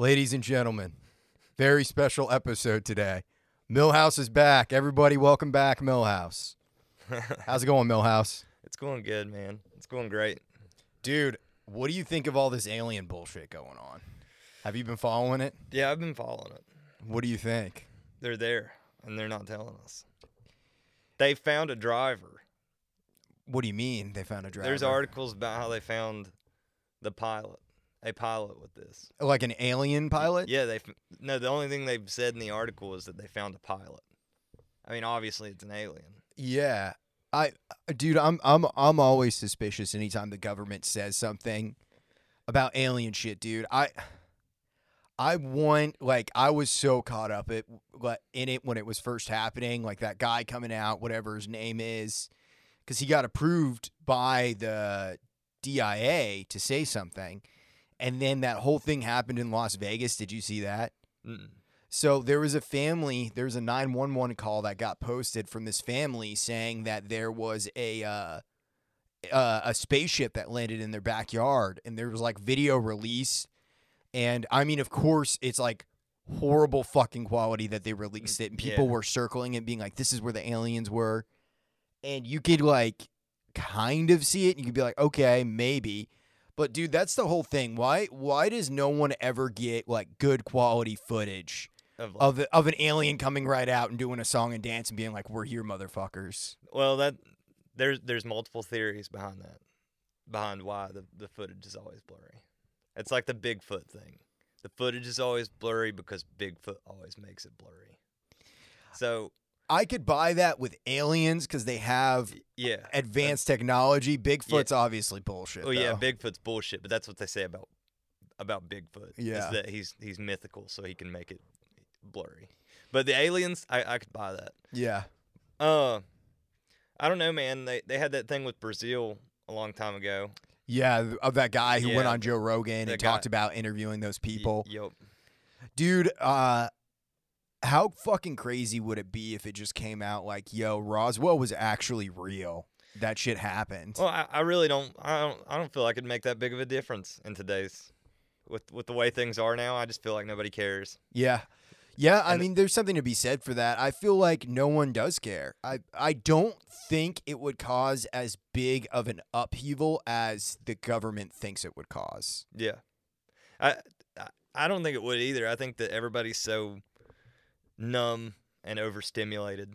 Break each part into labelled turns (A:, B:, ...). A: Ladies and gentlemen, very special episode today. Millhouse is back. Everybody, welcome back, Millhouse. How's it going, Millhouse?
B: It's going good, man. It's going great.
A: Dude, what do you think of all this alien bullshit going on? Have you been following it?
B: Yeah, I've been following it.
A: What do you think?
B: They're there and they're not telling us. They found a driver.
A: What do you mean they found a driver?
B: There's articles about how they found the pilot, a pilot with this.
A: like an alien pilot?
B: Yeah, they f- no. The only thing they've said in the article is that they found a pilot. I mean, obviously it's an alien.
A: Yeah. I uh, dude, I'm I'm I'm always suspicious anytime the government says something about alien shit, dude. I I want like I was so caught up it like, in it when it was first happening, like that guy coming out, whatever his name is, cuz he got approved by the DIA to say something. And then that whole thing happened in Las Vegas. Did you see that?
B: Mm.
A: So there was a family, there was a 911 call that got posted from this family saying that there was a uh, uh, a spaceship that landed in their backyard and there was like video release and I mean of course it's like horrible fucking quality that they released it and people
B: Yeah.
A: were circling it being like this is where the aliens were and you could like kind of see it and you could be like okay maybe but dude, that's the whole thing. Why why does no one ever get like good quality footage
B: Of, like,
A: of the, of an alien coming right out and doing a song and dance and being like, "We're here, motherfuckers."
B: well, that there's there's multiple theories behind that, behind why the the footage is always blurry. It's like the Bigfoot thing. The footage is always blurry because Bigfoot always makes it blurry. So
A: I could buy that with aliens cuz they have
B: yeah,
A: advanced technology. Bigfoot's obviously bullshit.
B: Oh yeah,
A: though.
B: Bigfoot's bullshit, but that's what they say about about Bigfoot.
A: Yeah.
B: is that he's he's mythical, so he can make it blurry. But the aliens, I, I could buy that.
A: Yeah.
B: Uh, I don't know, man. They they had that thing with Brazil a long time ago.
A: Yeah, th- of that guy who went
B: Yeah,
A: on Joe Rogan
B: that
A: and
B: guy-
A: talked about interviewing those
B: Y-
A: people.
B: yup.
A: Dude, uh how fucking crazy would it be if it just came out like, "Yo, Roswell was actually real. That shit happened."
B: Well, I, I really don't. I don't. I don't feel I could make that big of a difference in today's. With, with the way things are now, I just feel like nobody cares.
A: Yeah. Yeah, I
B: And-
A: mean there's something to be said for that. I feel like no one does care. I I don't think it would cause as big of an upheaval as the government thinks it would cause.
B: Yeah, I I- I don't think it would either. I think that everybody's so numb and overstimulated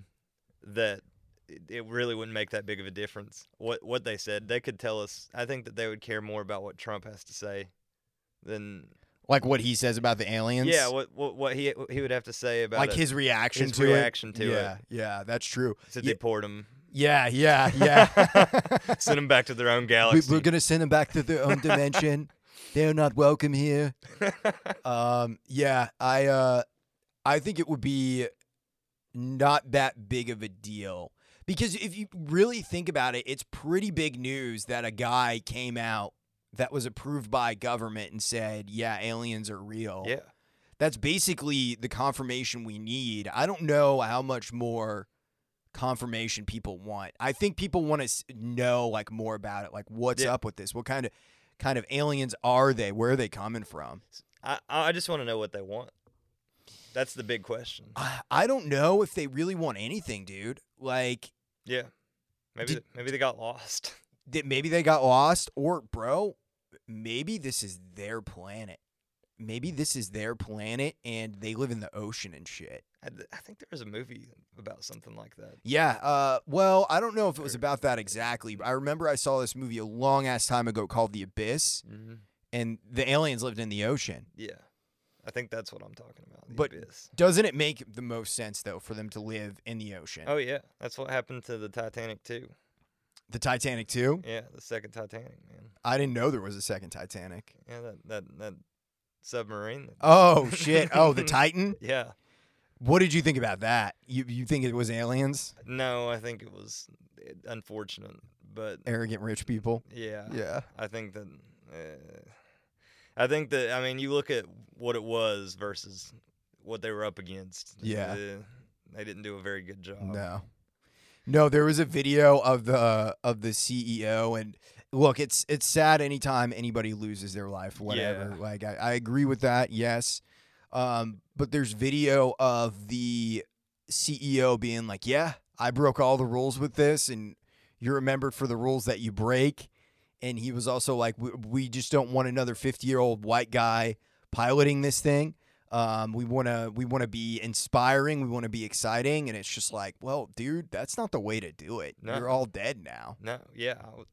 B: that it, it really wouldn't make that big of a difference. What what they said, they could tell us. I think that they would care more about what Trump has to say than
A: Like what he says about the aliens.
B: yeah, what what, what he he would have to say about
A: like
B: it,
A: his reaction
B: his
A: to
B: reaction
A: it.
B: to
A: yeah,
B: it
A: yeah, that's true.
B: to
A: yeah.
B: deport him,
A: Yeah, yeah, yeah.
B: send him back to their own
A: we,
B: galaxy.
A: we're gonna send them back to their own dimension. They're not welcome here. Um, yeah, I uh, I think it would be not that big of a deal because if you really think about it, it's pretty big news that a guy came out that was approved by government and said, "Yeah, aliens are real."
B: yeah,
A: That's basically the confirmation we need. I don't know how much more confirmation people want. I think people want to know like more about it, like what's
B: Yeah.
A: up with this? What kind of kind of aliens are they? Where are they coming from?
B: I I just want to know what they want. That's the big question.
A: I I don't know if they really want anything, dude. Like
B: Yeah. Maybe
A: Did-
B: th- maybe they got lost.
A: that maybe they got lost or bro, maybe this is their planet. Maybe this is their planet and they live in the ocean and shit.
B: I, th- I think there was a movie about something like that.
A: Yeah, uh well, I don't know if it was
B: Or-
A: about that exactly, but I remember I saw this movie a long ass time ago called The Abyss
B: Mm-hmm.
A: and the aliens lived in the ocean.
B: Yeah. I think that's what I'm talking about. The
A: But-
B: abyss.
A: Doesn't it make the most sense though for them to live in the ocean?
B: Oh yeah, that's what happened to the Titanic too.
A: The Titanic too?
B: Yeah, the second Titanic, man.
A: I didn't know there was a second Titanic.
B: Yeah, that that that submarine. that-
A: Oh shit. Oh, the Titan?
B: yeah.
A: What did you think about that? You you think it was aliens?
B: No, I think it was eh, unfortunate, but
A: Arrogant rich people.
B: yeah.
A: Yeah.
B: I think that uh, I think that I mean you look at what it was versus what they were up against.
A: Yeah.
B: eh, they didn't do a very good job.
A: No. No, there was a video of the of the CEO E and look, it's it's sad anytime anybody loses their life, whatever.
B: Yeah.
A: Like I, I agree with that, yes. Um, but there's video of the CEO being like, Yeah, I broke all the rules with this and you're remembered for the rules that you break. And he was also like, We, we just don't want another fifty year old white guy piloting this thing. Um, we want to we want to be inspiring. We want to be exciting, and it's just like, well, dude, that's not the way to do it.
B: No.
A: You're all dead now.
B: No, yeah, I would,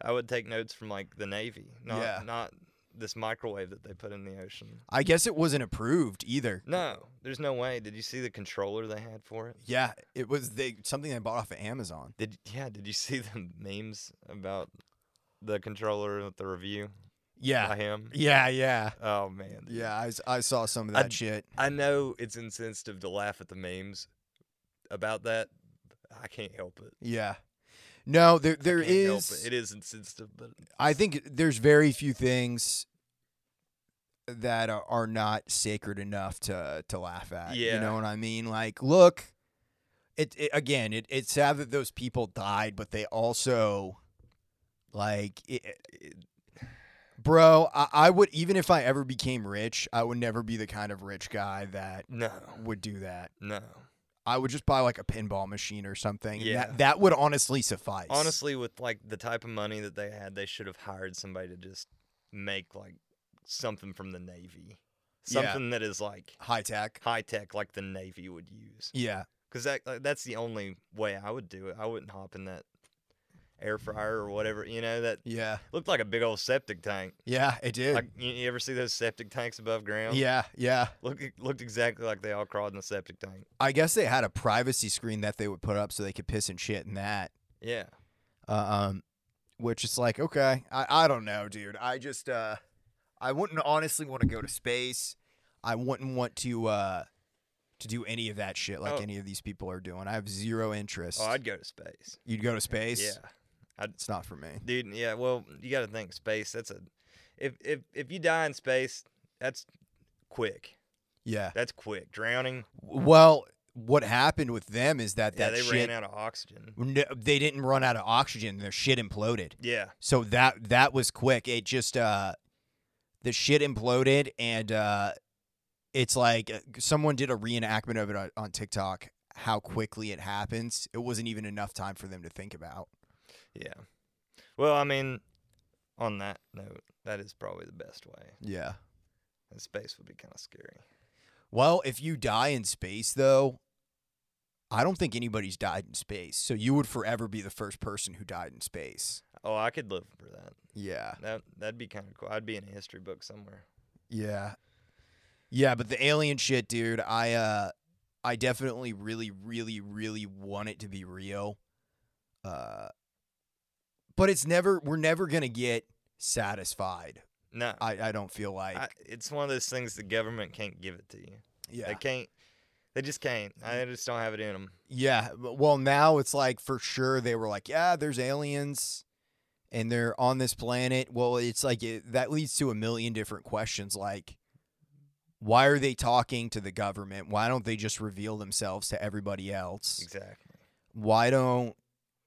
B: I would take notes from like the Navy, not
A: Yeah.
B: not this microwave that they put in the ocean.
A: I guess it wasn't approved either.
B: No, there's no way. Did you see the controller they had for it?
A: Yeah, it was they something they bought off of Amazon.
B: Did yeah? Did you see the memes about the controller at the review by
A: Yeah,
B: him?
A: yeah, yeah,
B: Oh man, dude.
A: yeah. I, s- I saw some of
B: I-
A: that shit.
B: I know it's insensitive to laugh at the memes about that. but I can't help it.
A: Yeah, no, there
B: There
A: there
B: is. I can't help
A: is.
B: it. it is insensitive, but
A: I think there's very few things that are, are not sacred enough to to laugh at. you
B: Yeah.
A: know what I mean. Like, look, it, it again. It, it's sad that those people died, but they also like it,
B: it-
A: Bro, I, I would even if I ever became rich, I would never be the kind of rich guy that
B: no,
A: would do that.
B: no.
A: I would just buy like a pinball machine or something. and
B: Yeah.
A: That that would honestly suffice.
B: Honestly, with like the type of money that they had, they should have hired somebody to just make like something from the Navy,
A: Yeah.
B: something that is like
A: High tech.
B: high tech, like the Navy would use.
A: Yeah.
B: Because that like, that's the only way I would do it. I wouldn't hop in that air fryer or whatever. You know that
A: Yeah.
B: looked like a big old septic tank.
A: Yeah, it did.
B: Like you, you ever see those septic tanks above ground?
A: yeah, yeah.
B: Look, it looked exactly like they all crawled in the septic tank.
A: I guess they had a privacy screen that they would put up so they could piss and shit in that.
B: Yeah.
A: Uh, um which is like, okay. I, I don't know, dude. I just uh I wouldn't honestly want to go to space. I wouldn't want to uh to do any of that shit like
B: Oh.
A: any of these people are doing. I have zero interest.
B: Oh, I'd go to space.
A: You'd go to space?
B: Yeah.
A: It's not for me.
B: dude. Yeah, well, you got to think space. That's a if if if you die in space, that's quick.
A: Yeah.
B: That's quick. Drowning.
A: Well, what happened with them is that
B: Yeah,
A: that
B: they
A: shit
B: ran out of oxygen.
A: no, they didn't run out of oxygen. Their shit imploded.
B: Yeah,
A: So that that was quick. It just uh the shit imploded and uh it's like uh, someone did a reenactment of it on, on TikTok how quickly it happens. It wasn't even enough time for them to think about.
B: yeah. Well, I mean, on that note, that is probably the best way.
A: Yeah.
B: And space would be kind of scary.
A: Well, if you die in space though, I don't think anybody's died in space. So you would forever be the first person who died in space.
B: Oh, I could live for that.
A: Yeah.
B: That that'd be kind of cool. I'd be in a history book somewhere.
A: Yeah. Yeah, but the alien shit, dude, I uh I definitely really really really want it to be real. Uh but it's never we're never going to get satisfied.
B: No, I,
A: I I don't feel like
B: it's one of those things the government can't give it to you.
A: yeah. Mm.
B: They can't. They just can't. I just don't have it in them.
A: Yeah. but- Well, now it's like for sure they were like, yeah, there's aliens and they're on this planet. Well, it's like it, that leads to a million different questions like, why are they talking to the government? Why don't they just reveal themselves to everybody else?
B: Exactly.
A: Why don't.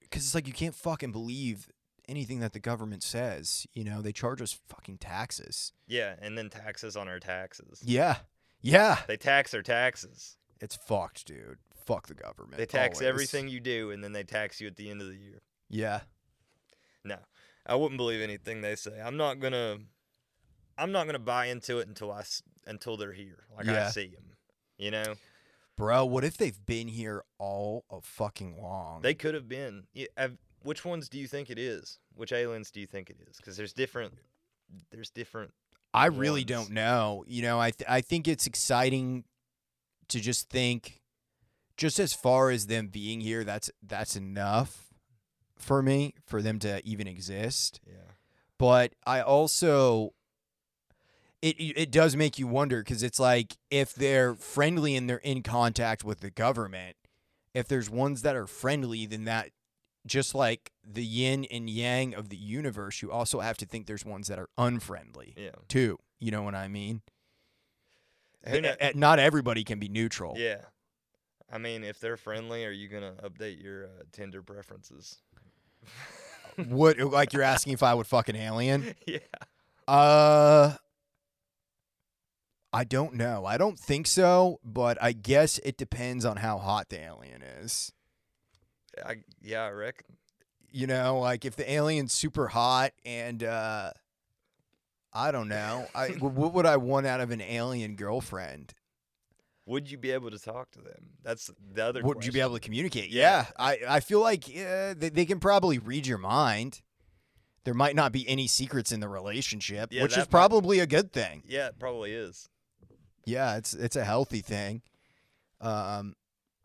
A: Because it's like you can't fucking believe anything that the government says. You know, they charge us fucking taxes.
B: Yeah, and then taxes on our taxes.
A: Yeah. Yeah.
B: They tax our taxes.
A: It's fucked, dude. Fuck the government.
B: They tax
A: always.
B: everything you do, and then they tax you at the end of the year.
A: Yeah.
B: No, I wouldn't believe anything they say. I'm not gonna, I'm not gonna buy into it until I s- until they're here, like I
A: Yeah.
B: see them. You know,
A: Bro, what if they've been here all of fucking long?
B: they could have been. y- have- Which ones do you think it is? Which aliens do you think it is? Because there's different. There's different.
A: I really
B: ones.
A: don't know. You know, I th- I think it's exciting to just think just as far as them being here, that's that's enough for me for them to even exist.
B: Yeah.
A: But I also it it does make you wonder cuz it's like if they're friendly and they're in contact with the government, if there's ones that are friendly, then that just like the yin and yang of the universe, you also have to think there's ones that are unfriendly
B: Yeah.
A: too. You know what I mean?
B: Who kno-
A: Th- eh, Not everybody can be neutral.
B: Yeah. I mean, if they're friendly, are you gonna update your uh, Tinder preferences?
A: What like you're asking if I would fuck an alien?
B: yeah.
A: Uh I don't know. I don't think so, but I guess it depends on how hot the alien is.
B: I, yeah, I reckon.
A: You know, like if the alien's super hot and uh I don't know. I wh- what would I want out of an alien girlfriend?
B: Would you be able to talk to them? That's the other.
A: Would you be
B: question.
A: able to communicate? Yeah,
B: Yeah.
A: I, I feel like uh, they, they can probably read your mind. There might not be any secrets in the relationship,
B: Yeah,
A: which is
B: that might-
A: probably a good thing.
B: Yeah, it probably is.
A: Yeah, it's it's a healthy thing. Um,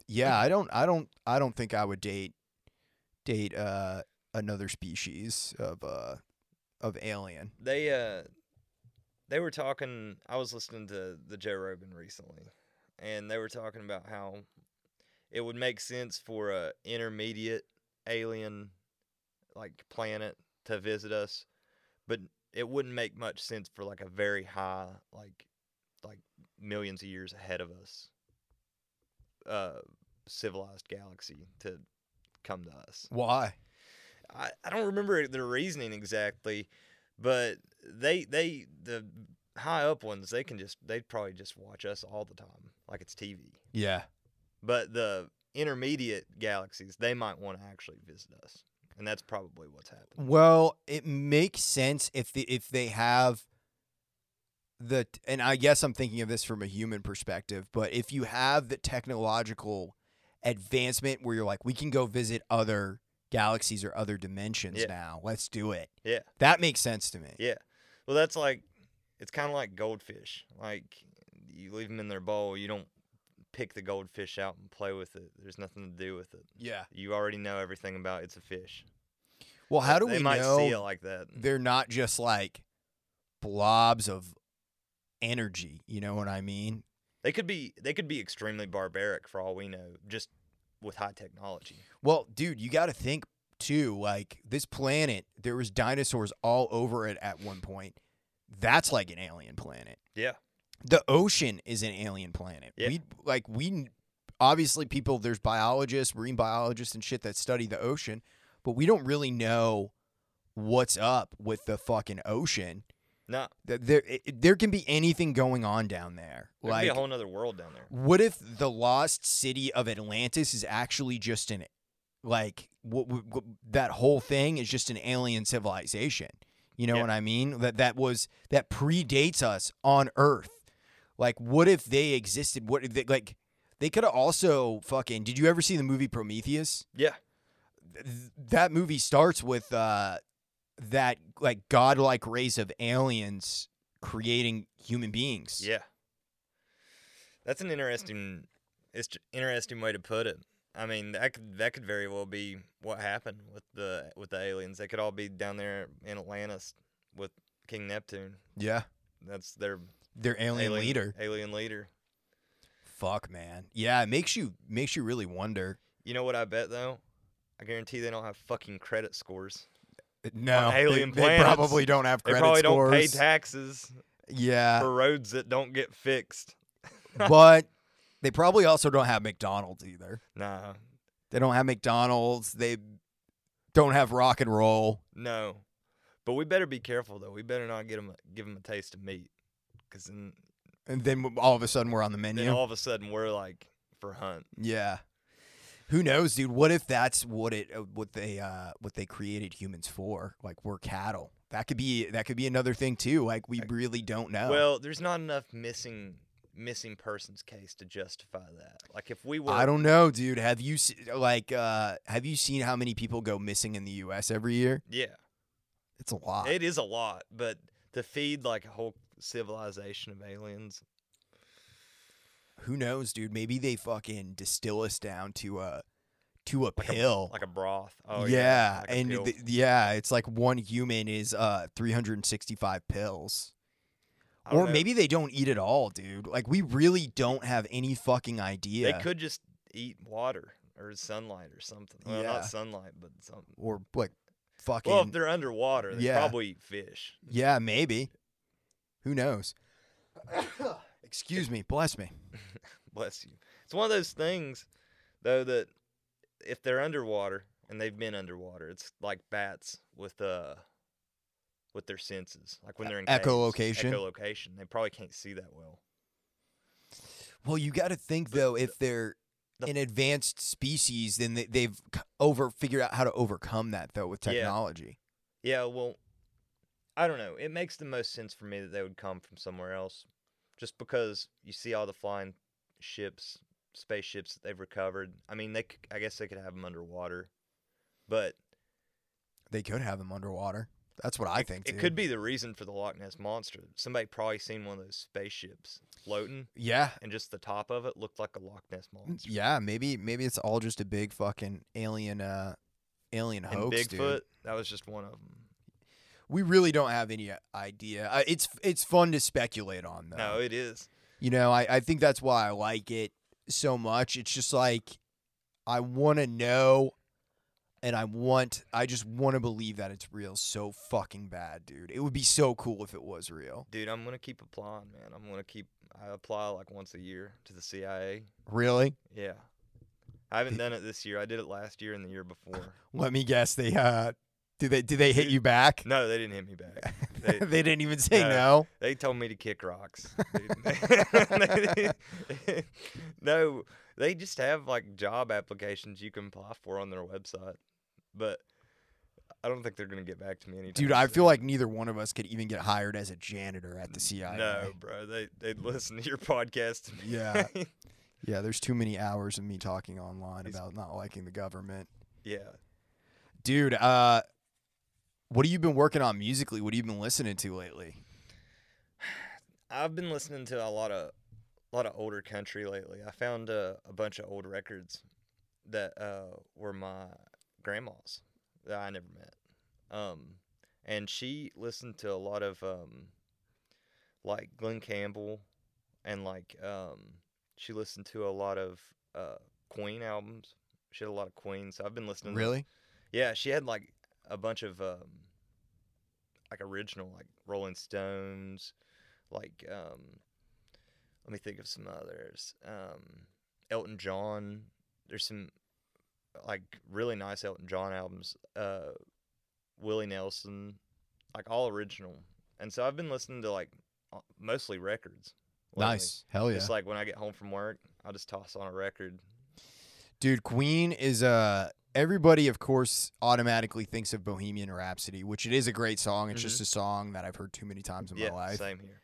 A: yeah, I don't, I don't, I don't think I would date date uh, another species of uh, of alien.
B: They uh, they were talking. I was listening to the Joe Rogan recently, and they were talking about how it would make sense for a intermediate alien like planet to visit us, but it wouldn't make much sense for like a very high like like millions of years ahead of us uh civilized galaxy to come to us.
A: Why?
B: I, I don't remember the reasoning exactly, but they they the high up ones they can just they probably just watch us all the time like it's TV.
A: Yeah,
B: But the intermediate galaxies they might want to actually visit us, and that's probably what's happened.
A: Well, it makes sense if the if they have the and I guess I'm thinking of this from a human perspective, but if you have the technological advancement where you're like we can go visit other galaxies or other dimensions
B: Yeah.
A: now. Let's do it.
B: Yeah.
A: That makes sense to me.
B: Yeah, well that's like it's kind of like goldfish. Like you leave them in their bowl, you don't pick the goldfish out and play with it. There's nothing to do with it.
A: Yeah.
B: You already know everything about it's a fish.
A: Well, how do
B: they
A: we
B: might see it
A: know
B: like that?
A: they're not just like blobs of energy, you know what I mean?
B: They could be they could be extremely barbaric for all we know, just with high technology.
A: Well, dude, you got to think too. Like this planet, there was dinosaurs all over it at one point. That's like an alien planet.
B: Yeah.
A: The ocean is an alien planet.
B: Yeah.
A: We like we obviously people. There's biologists, marine biologists, and shit that study the ocean, but we don't really know what's up with the fucking ocean.
B: No,
A: That there, it- it- there can be anything going on down there.
B: there could
A: like
B: be a whole nother world down there.
A: what if the lost city of Atlantis is actually just an like what, what, what that whole thing is just an alien civilization? You know
B: Yeah.
A: what I mean? That that was that predates us on Earth. Like, what if they existed? What if they, like they could have also fucking? Did you ever see the movie Prometheus?
B: Yeah.
A: Th- That movie starts with uh that like godlike race of aliens creating human beings.
B: Yeah. That's an interesting it's j- interesting way to put it. I mean, that could that could very well be what happened with the with the aliens. They could all be down there in Atlantis with King Neptune.
A: yeah.
B: That's their
A: Their alien leader.
B: Alien leader.
A: Fuck, man. Yeah, it makes you makes you really wonder.
B: You know what I bet though? I guarantee they don't have fucking credit scores.
A: Uh, No,
B: On alien
A: they, they
B: planets.
A: probably don't have
B: They
A: credit
B: probably
A: scores.
B: don't pay taxes
A: yeah,
B: for roads that don't get fixed.
A: but they probably also don't have McDonald's either.
B: Nah,
A: They don't have McDonald's. They don't have rock and roll.
B: no. But we better be careful though. We better not get 'em a, give them a taste of meat, because then,
A: And then w- all of a sudden we're on the menu.
B: then all of a sudden we're like for hunt.
A: yeah. Who knows, dude? What if that's what it uh, what they uh what they created humans for? Like we're cattle. That could be that could be another thing too. Like we really don't know.
B: Well, there's not enough missing missing persons case to justify that. Like if we were,
A: I don't know, dude. Have you se- like uh have you seen how many people go missing in the US every year?
B: yeah,
A: It's a lot.
B: it is a lot. But to feed like a whole civilization of aliens,
A: Who knows, dude? Maybe they fucking distill us down to a to a pill.
B: like a broth. Oh
A: yeah,
B: yeah, like a
A: and
B: pill.
A: th- yeah, it's like one human is uh 365 pills.
B: I don't
A: Or
B: know.
A: maybe they don't eat at all, dude. Like we really don't have any fucking idea.
B: they could just eat water or sunlight or something.
A: Yeah.
B: Well, not sunlight, but something.
A: or like fucking
B: Well, if they're underwater, they
A: Yeah.
B: probably eat fish.
A: Yeah, maybe. Who knows? Excuse me. Bless me.
B: Bless you. It's one of those things, though, that if they're underwater and they've been underwater. It's like bats with uh with their senses, like when they're in caves.
A: E, Echolocation?
B: Echolocation, they probably can't see that well.
A: Well, you got to think though, if they're
B: the-
A: an advanced species, then they, they've c- over figured out how to overcome that though with
B: Yeah.
A: technology.
B: Yeah, well, I don't know. It makes the most sense for me that they would come from somewhere else, just because you see all the flying ships, spaceships that they've recovered. I mean, they c- I guess they could have them underwater, but
A: They could have them underwater. That's what I
B: it-
A: think.
B: it
A: dude.
B: could be the reason for the Loch Ness monster. Somebody probably seen one of those spaceships floating,
A: Yeah,
B: and just the top of it looked like a Loch Ness monster.
A: yeah. Maybe maybe it's all just a big fucking alien uh alien
B: and
A: hoax,
B: Bigfoot,
A: dude.
B: that was just one of them.
A: We really don't have any idea. Uh, it's it's fun to speculate on though.
B: No, it is.
A: You know, I, I think that's why I like it so much. It's just like I want to know and I want I just want to believe that it's real so fucking bad, dude. It would be so cool if it was real.
B: Dude, I'm gonna keep applying, man. I'm gonna keep. I apply like once a year to the CIA.
A: Really?
B: Yeah. I haven't done it this year. I did it last year and the year before.
A: Let me guess they uh do they do they hit you back?
B: No, they didn't hit me back. They,
A: they didn't even say
B: No.
A: no.
B: they told me to kick rocks. dude. no, they just have like job applications you can apply for on their website. But I don't think they're going to get back to me anytime.
A: Dude, I feel
B: soon.
A: like neither one of us could even get hired as a janitor at the CIA.
B: No, bro. They they listen to your podcast.
A: Yeah. Yeah, there's too many hours of me talking online
B: He's-
A: about not liking the government.
B: yeah.
A: Dude, uh what have you been working on musically? What have you been listening to lately?
B: I've been listening to a lot of a lot of older country lately. I found uh, a bunch of old records that uh, were my grandma's that I never met, um, and she listened to a lot of um, like Glenn Campbell, and like um, she listened to a lot of uh, Queen albums. She had a lot of Queen, so I've been listening. to-
A: Really?
B: yeah, she had like a bunch of um, like original like Rolling Stones, like um, let me think of some others. Um, Elton John. There's some like really nice Elton John albums. Uh, Willie Nelson, like all original. And so I've been listening to like uh, mostly records. lately.
A: Nice. Hell yeah.
B: Just like when I get home from work, I'll just toss on a record.
A: Dude, Queen is uh everybody of course automatically thinks of Bohemian Rhapsody, which it is a great song. It's just a song that I've heard too many times in
B: Mm-hmm. yeah,
A: my life.
B: same here.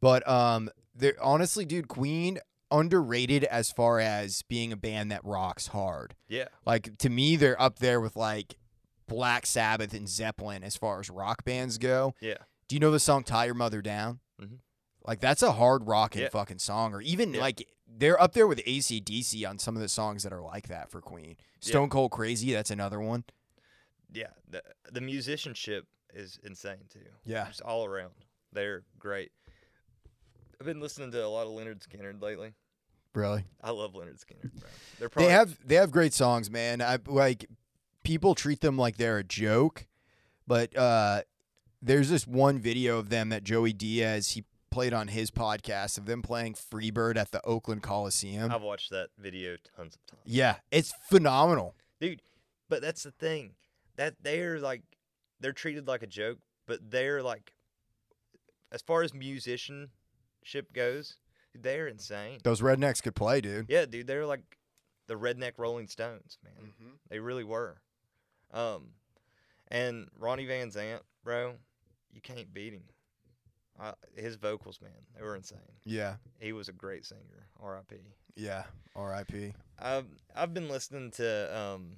A: But um they honestly, dude, Queen underrated as far as being a band that rocks hard.
B: Yeah,
A: Like to me they're up there with like Black Sabbath and Zeppelin as far as rock bands go.
B: yeah.
A: Do you know the song "Tie Your Mother Down"?
B: Mhm.
A: Like that's a hard rocking
B: Yeah.
A: fucking song, or even
B: Yeah.
A: like they're up there with ACDC on some of the songs that are like that for Queen.
B: Yeah.
A: Stone Cold Crazy, that's another one.
B: yeah, the the musicianship is insane too.
A: Yeah.
B: Just all around. They're great. I've been listening to a lot of Leonard Skinner lately.
A: Really,
B: I love Leonard Skinner. Bro. They're probably
A: they have they have great songs, man. I like people treat them like they're a joke, but uh, there's this one video of them that Joey Diaz he played on his podcast of them playing Freebird at the Oakland Coliseum.
B: I've watched that video tons of times.
A: yeah, it's phenomenal.
B: Dude, but that's the thing. That they're like they're treated like a joke, but they're like as far as musicianship goes, they're insane.
A: Those rednecks could play, dude.
B: Yeah, dude, they're like the redneck Rolling Stones, man. They really were. Um, and Ronnie Van Zant, bro, you can't beat him. I, his vocals, man, they were insane.
A: Yeah.
B: He was a great singer. R.I.P.
A: Yeah, R.I.P.
B: I've I've been listening to um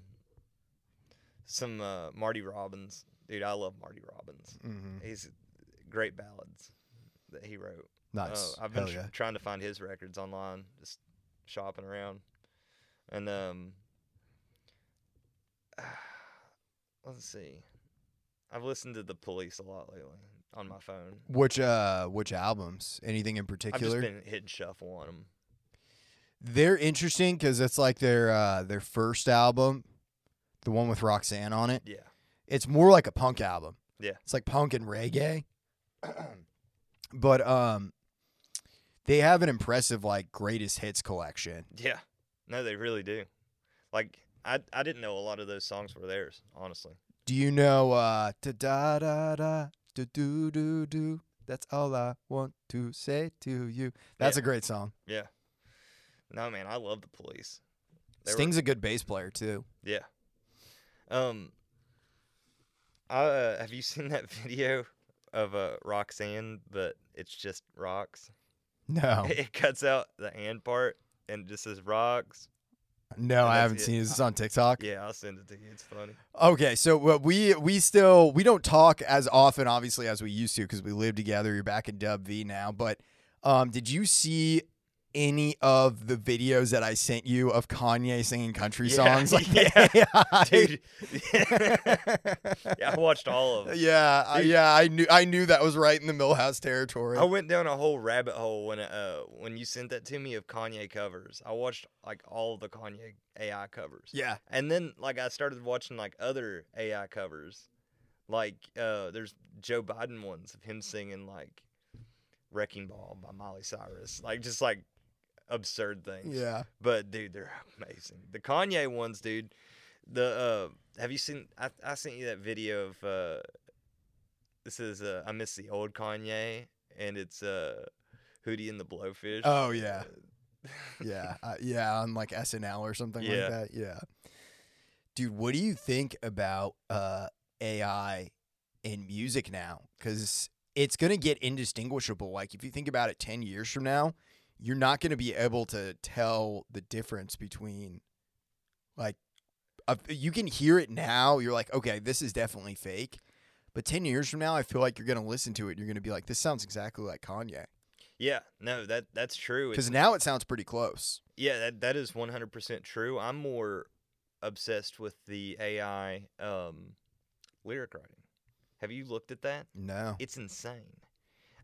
B: some uh, Marty Robbins, dude. I love Marty Robbins.
A: Mm-hmm.
B: He's great ballads that he wrote. Uh,
A: Nice.
B: I've been
A: Hell
B: tr-
A: yeah.
B: trying to find his records online, just shopping around, and um, let's see. I've listened to the Police a lot lately on my phone.
A: Which uh, which albums? Anything in
B: I've just
A: particular?
B: been hitting shuffle on them.
A: They're interesting because it's like their uh, their first album, the one with Roxanne on it.
B: Yeah,
A: It's more like a punk album.
B: Yeah.
A: it's like punk and reggae. but um, they have an impressive like greatest hits collection.
B: yeah. No, they really do. Like I I didn't know a lot of those songs were theirs, honestly.
A: Do you know uh da da da da do do do do? That's all I want to say to you. That's
B: Yeah.
A: a great song.
B: Yeah. No man, I love the police. They were-
A: Sting's a good bass player too.
B: Yeah. Um. I, uh, have you seen that video of uh, Roxanne, but it's just rocks.
A: No,
B: It cuts out the and part and just says rocks.
A: no, I
B: that's
A: haven't
B: it.
A: seen. it. Is this on TikTok?
B: Yeah, I'll send it to you. It's funny.
A: Okay, so uh, we we still we don't talk as often, obviously, as we used to because we live together. You're back in Dub V now, but um, did you see any of the videos that I sent you of Kanye singing country
B: Yeah,
A: songs? Like
B: yeah,
A: AI?
B: Dude. yeah, I watched all of them.
A: Yeah, I,
B: Dude.
A: yeah, I knew I knew that was right in the Millhouse territory.
B: I went down a whole rabbit hole when uh when you sent that to me of Kanye covers. I watched like all the Kanye AI covers.
A: yeah,
B: And then like I started watching like other AI covers. Like uh there's Joe Biden ones of him singing like Wrecking Ball by Miley Cyrus. Like just like absurd things.
A: yeah.
B: But dude, they're amazing. The Kanye ones, dude. The uh have you seen I I sent you that video of uh this is uh I miss the old Kanye and it's uh Hootie and the Blowfish.
A: Oh yeah,
B: Uh,
A: yeah, uh, yeah. On like SNL or something
B: Yeah.
A: like that. Yeah, dude, what do you think about uh, AI in music now? Because it's gonna get indistinguishable. Like if you think about it, ten years from now, you're not gonna be able to tell the difference between like. A, you can hear it now. You're like, okay, this is definitely fake. But 10 years from now, I feel like you're going to listen to it. and You're going to be like, this sounds exactly like Kanye.
B: yeah, no, that that's true. It's
A: Because now it sounds pretty close.
B: Yeah, that that is one hundred percent true. I'm more obsessed with the AI um, lyric writing. Have you looked at that?
A: No.
B: It's insane.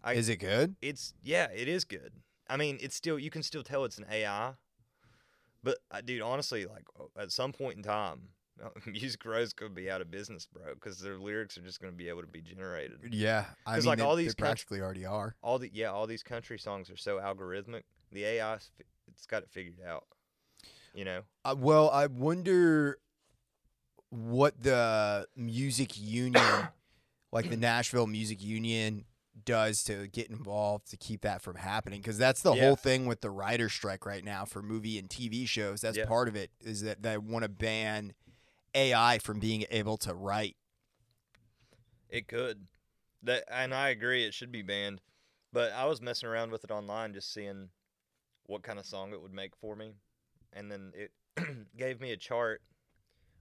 B: I-
A: Is it good?
B: It's yeah, it is good. I mean, it's still you can still tell it's an AI, but uh, dude, honestly, like o- at some point in time, uh, music row's gonna be out of business, bro, because their lyrics are just gonna be able to be generated.
A: Yeah. I
B: 'Cause,
A: mean,
B: like,
A: they,
B: all
A: they
B: these country-
A: practically already are.
B: All the yeah, all these country songs are so algorithmic. The AI, 's fi- it's got it figured out. You know.
A: Uh, well, I wonder what the music union, like the Nashville Music Union, does to get involved to keep that from happening. Because that's the
B: Yeah.
A: whole thing with the writer strike right now for movie and TV shows. That's
B: Yeah.
A: part of it, is that they want to ban AI from being able to write.
B: It could. That and I agree it should be banned. But I was messing around with it online just seeing what kind of song it would make for me. And then it gave me a chart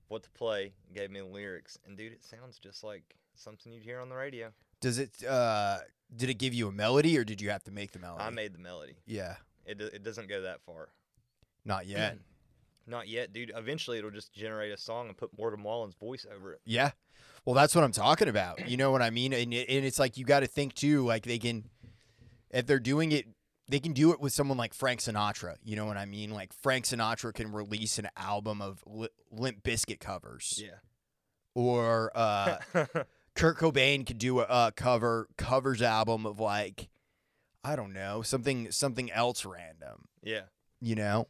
B: what to play, gave me the lyrics, and dude it sounds just like something you'd hear on the radio.
A: Does it, uh, did it give you a melody or did you have to make the melody?
B: I made the melody.
A: yeah.
B: It do- it doesn't go that far.
A: Not yet.
B: Not yet, dude. Eventually it'll just generate a song and put Morgan Wallen's voice over it.
A: Yeah. Well, that's what I'm talking about. You know what I mean? And, it- and it's like you got to think too, like they can, if they're doing it, they can do it with someone like Frank Sinatra. You know what I mean? Like Frank Sinatra can release an album of Li- Limp Biscuit covers,
B: Yeah.
A: or uh, Kurt Cobain could do a, a cover covers album of like, I don't know, something something else random.
B: yeah.
A: You know?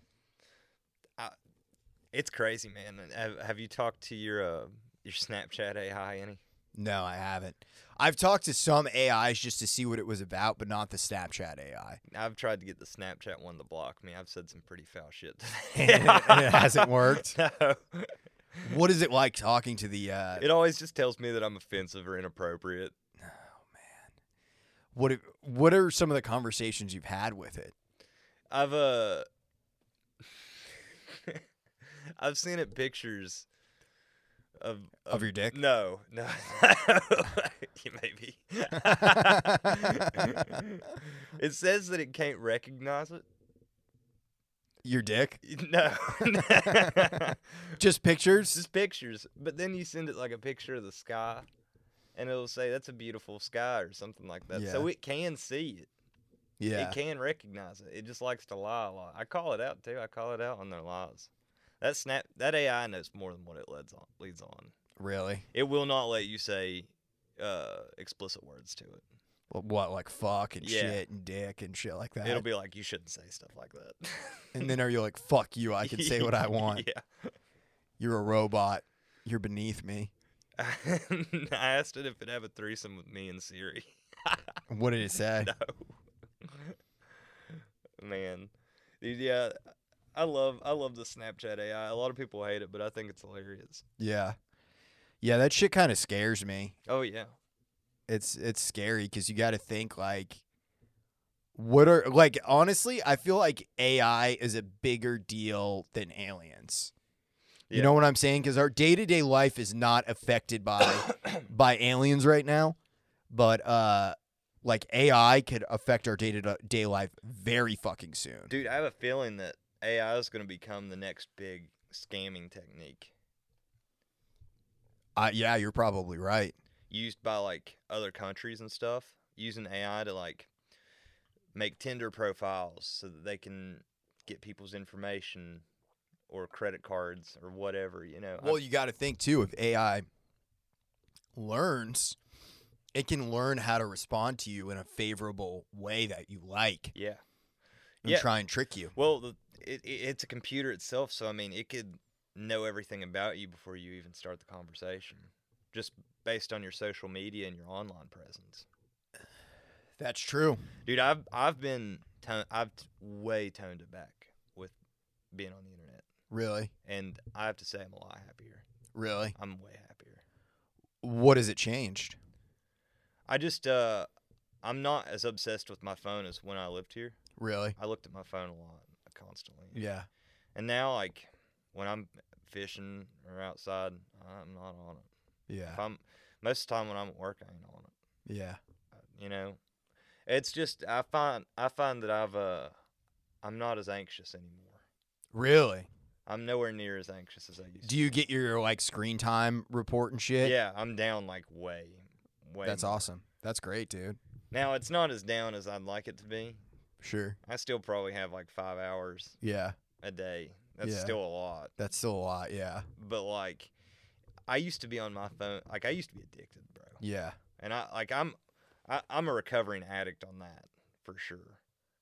B: It's crazy, man. And Have, have you talked to your uh, your Snapchat AI any?
A: No, I haven't. I've talked to some AIs just to see what it was about, but not the Snapchat AI.
B: I've tried to get the Snapchat one to block me. I've said some pretty foul shit.
A: And it- and it hasn't worked?
B: No.
A: What is it like talking to the uh,
B: It always just tells me that I'm offensive or inappropriate.
A: what if- what are some of the conversations you've had with it?
B: I've uh I've seen it pictures of
A: Of your dick?
B: No, no. You maybe. it says that it can't recognize it.
A: Your dick?
B: No.
A: Just
B: It's
A: pictures?
B: just pictures. But then you send it like a picture of the sky, and it'll say that's a beautiful sky or something like that. So it can see it.
A: Yeah.
B: It can recognize it. It just likes to lie a lot. I call it out too. I call it out on their lies. That snap that AI knows more than what it leads on leads on.
A: Really?
B: It will not let you say uh explicit words to it.
A: Wh- What like fuck and
B: Yeah.
A: shit and dick and shit like that?
B: It'll be like you shouldn't say stuff like that.
A: and then are you like fuck you? I can say what I want.
B: yeah.
A: You're a robot. You're beneath me.
B: I asked it if it'd have a threesome with me and Siri.
A: What did it say?
B: No. Man. Dude, yeah. I love I love the Snapchat AI. A lot of people hate it, but I think it's hilarious.
A: Yeah. Yeah, that shit kind of scares me.
B: Oh yeah.
A: It's it's scary cuz you got to think like what are like honestly, I feel like AI is a bigger deal than aliens. You
B: Yeah.
A: know what I'm saying? Cuz our day-to-day life is not affected by by aliens right now, but uh like AI could affect our day-to-day life very fucking soon.
B: Dude, I have a feeling that AI is gonna become the next big scamming technique
A: I, yeah, you're probably right.
B: used by like other countries and stuff. Using AI to like make Tinder profiles so that they can get people's information or credit cards or whatever, you know. I-
A: Well, you got to think too. If AI learns, it can learn how to respond to you in a favorable way that you like
B: yeah.
A: and
B: Yeah.
A: try and trick you.
B: Well, the, it, it, it's a computer itself, so I mean, it could know everything about you before you even start the conversation, just based on your social media and your online presence.
A: That's true.
B: Dude, I've I've been tone, I've t- way toned it back with being on the internet,
A: Really,
B: and I have to say I'm a lot happier.
A: really.
B: I'm way happier.
A: What has it changed?
B: I just uh, I'm not as obsessed with my phone as when I lived here.
A: Really.
B: I looked at my phone a lot, constantly.
A: Yeah.
B: And now, like when I'm fishing or outside, I'm not on it.
A: Yeah.
B: If I'm most of the time when I'm at work, I ain't on it. uh,
A: Yeah.
B: You know, it's just I find I find that I've uh I'm not as anxious anymore.
A: Really.
B: I'm nowhere near as anxious as I used.
A: Do you get your like screen time report and
B: to.
A: shit?
B: Yeah, I'm down like way, way.
A: That's
B: more.
A: awesome. That's great, dude.
B: Now it's not as down as I'd like it to be.
A: Sure.
B: I still probably have like five hours
A: Yeah.
B: a day. That's
A: Yeah.
B: still a lot,
A: That's still a lot. Yeah.
B: but like, I used to be on my phone. Like I used to be addicted, bro.
A: Yeah.
B: and I like I'm I, I'm a recovering addict on that for sure.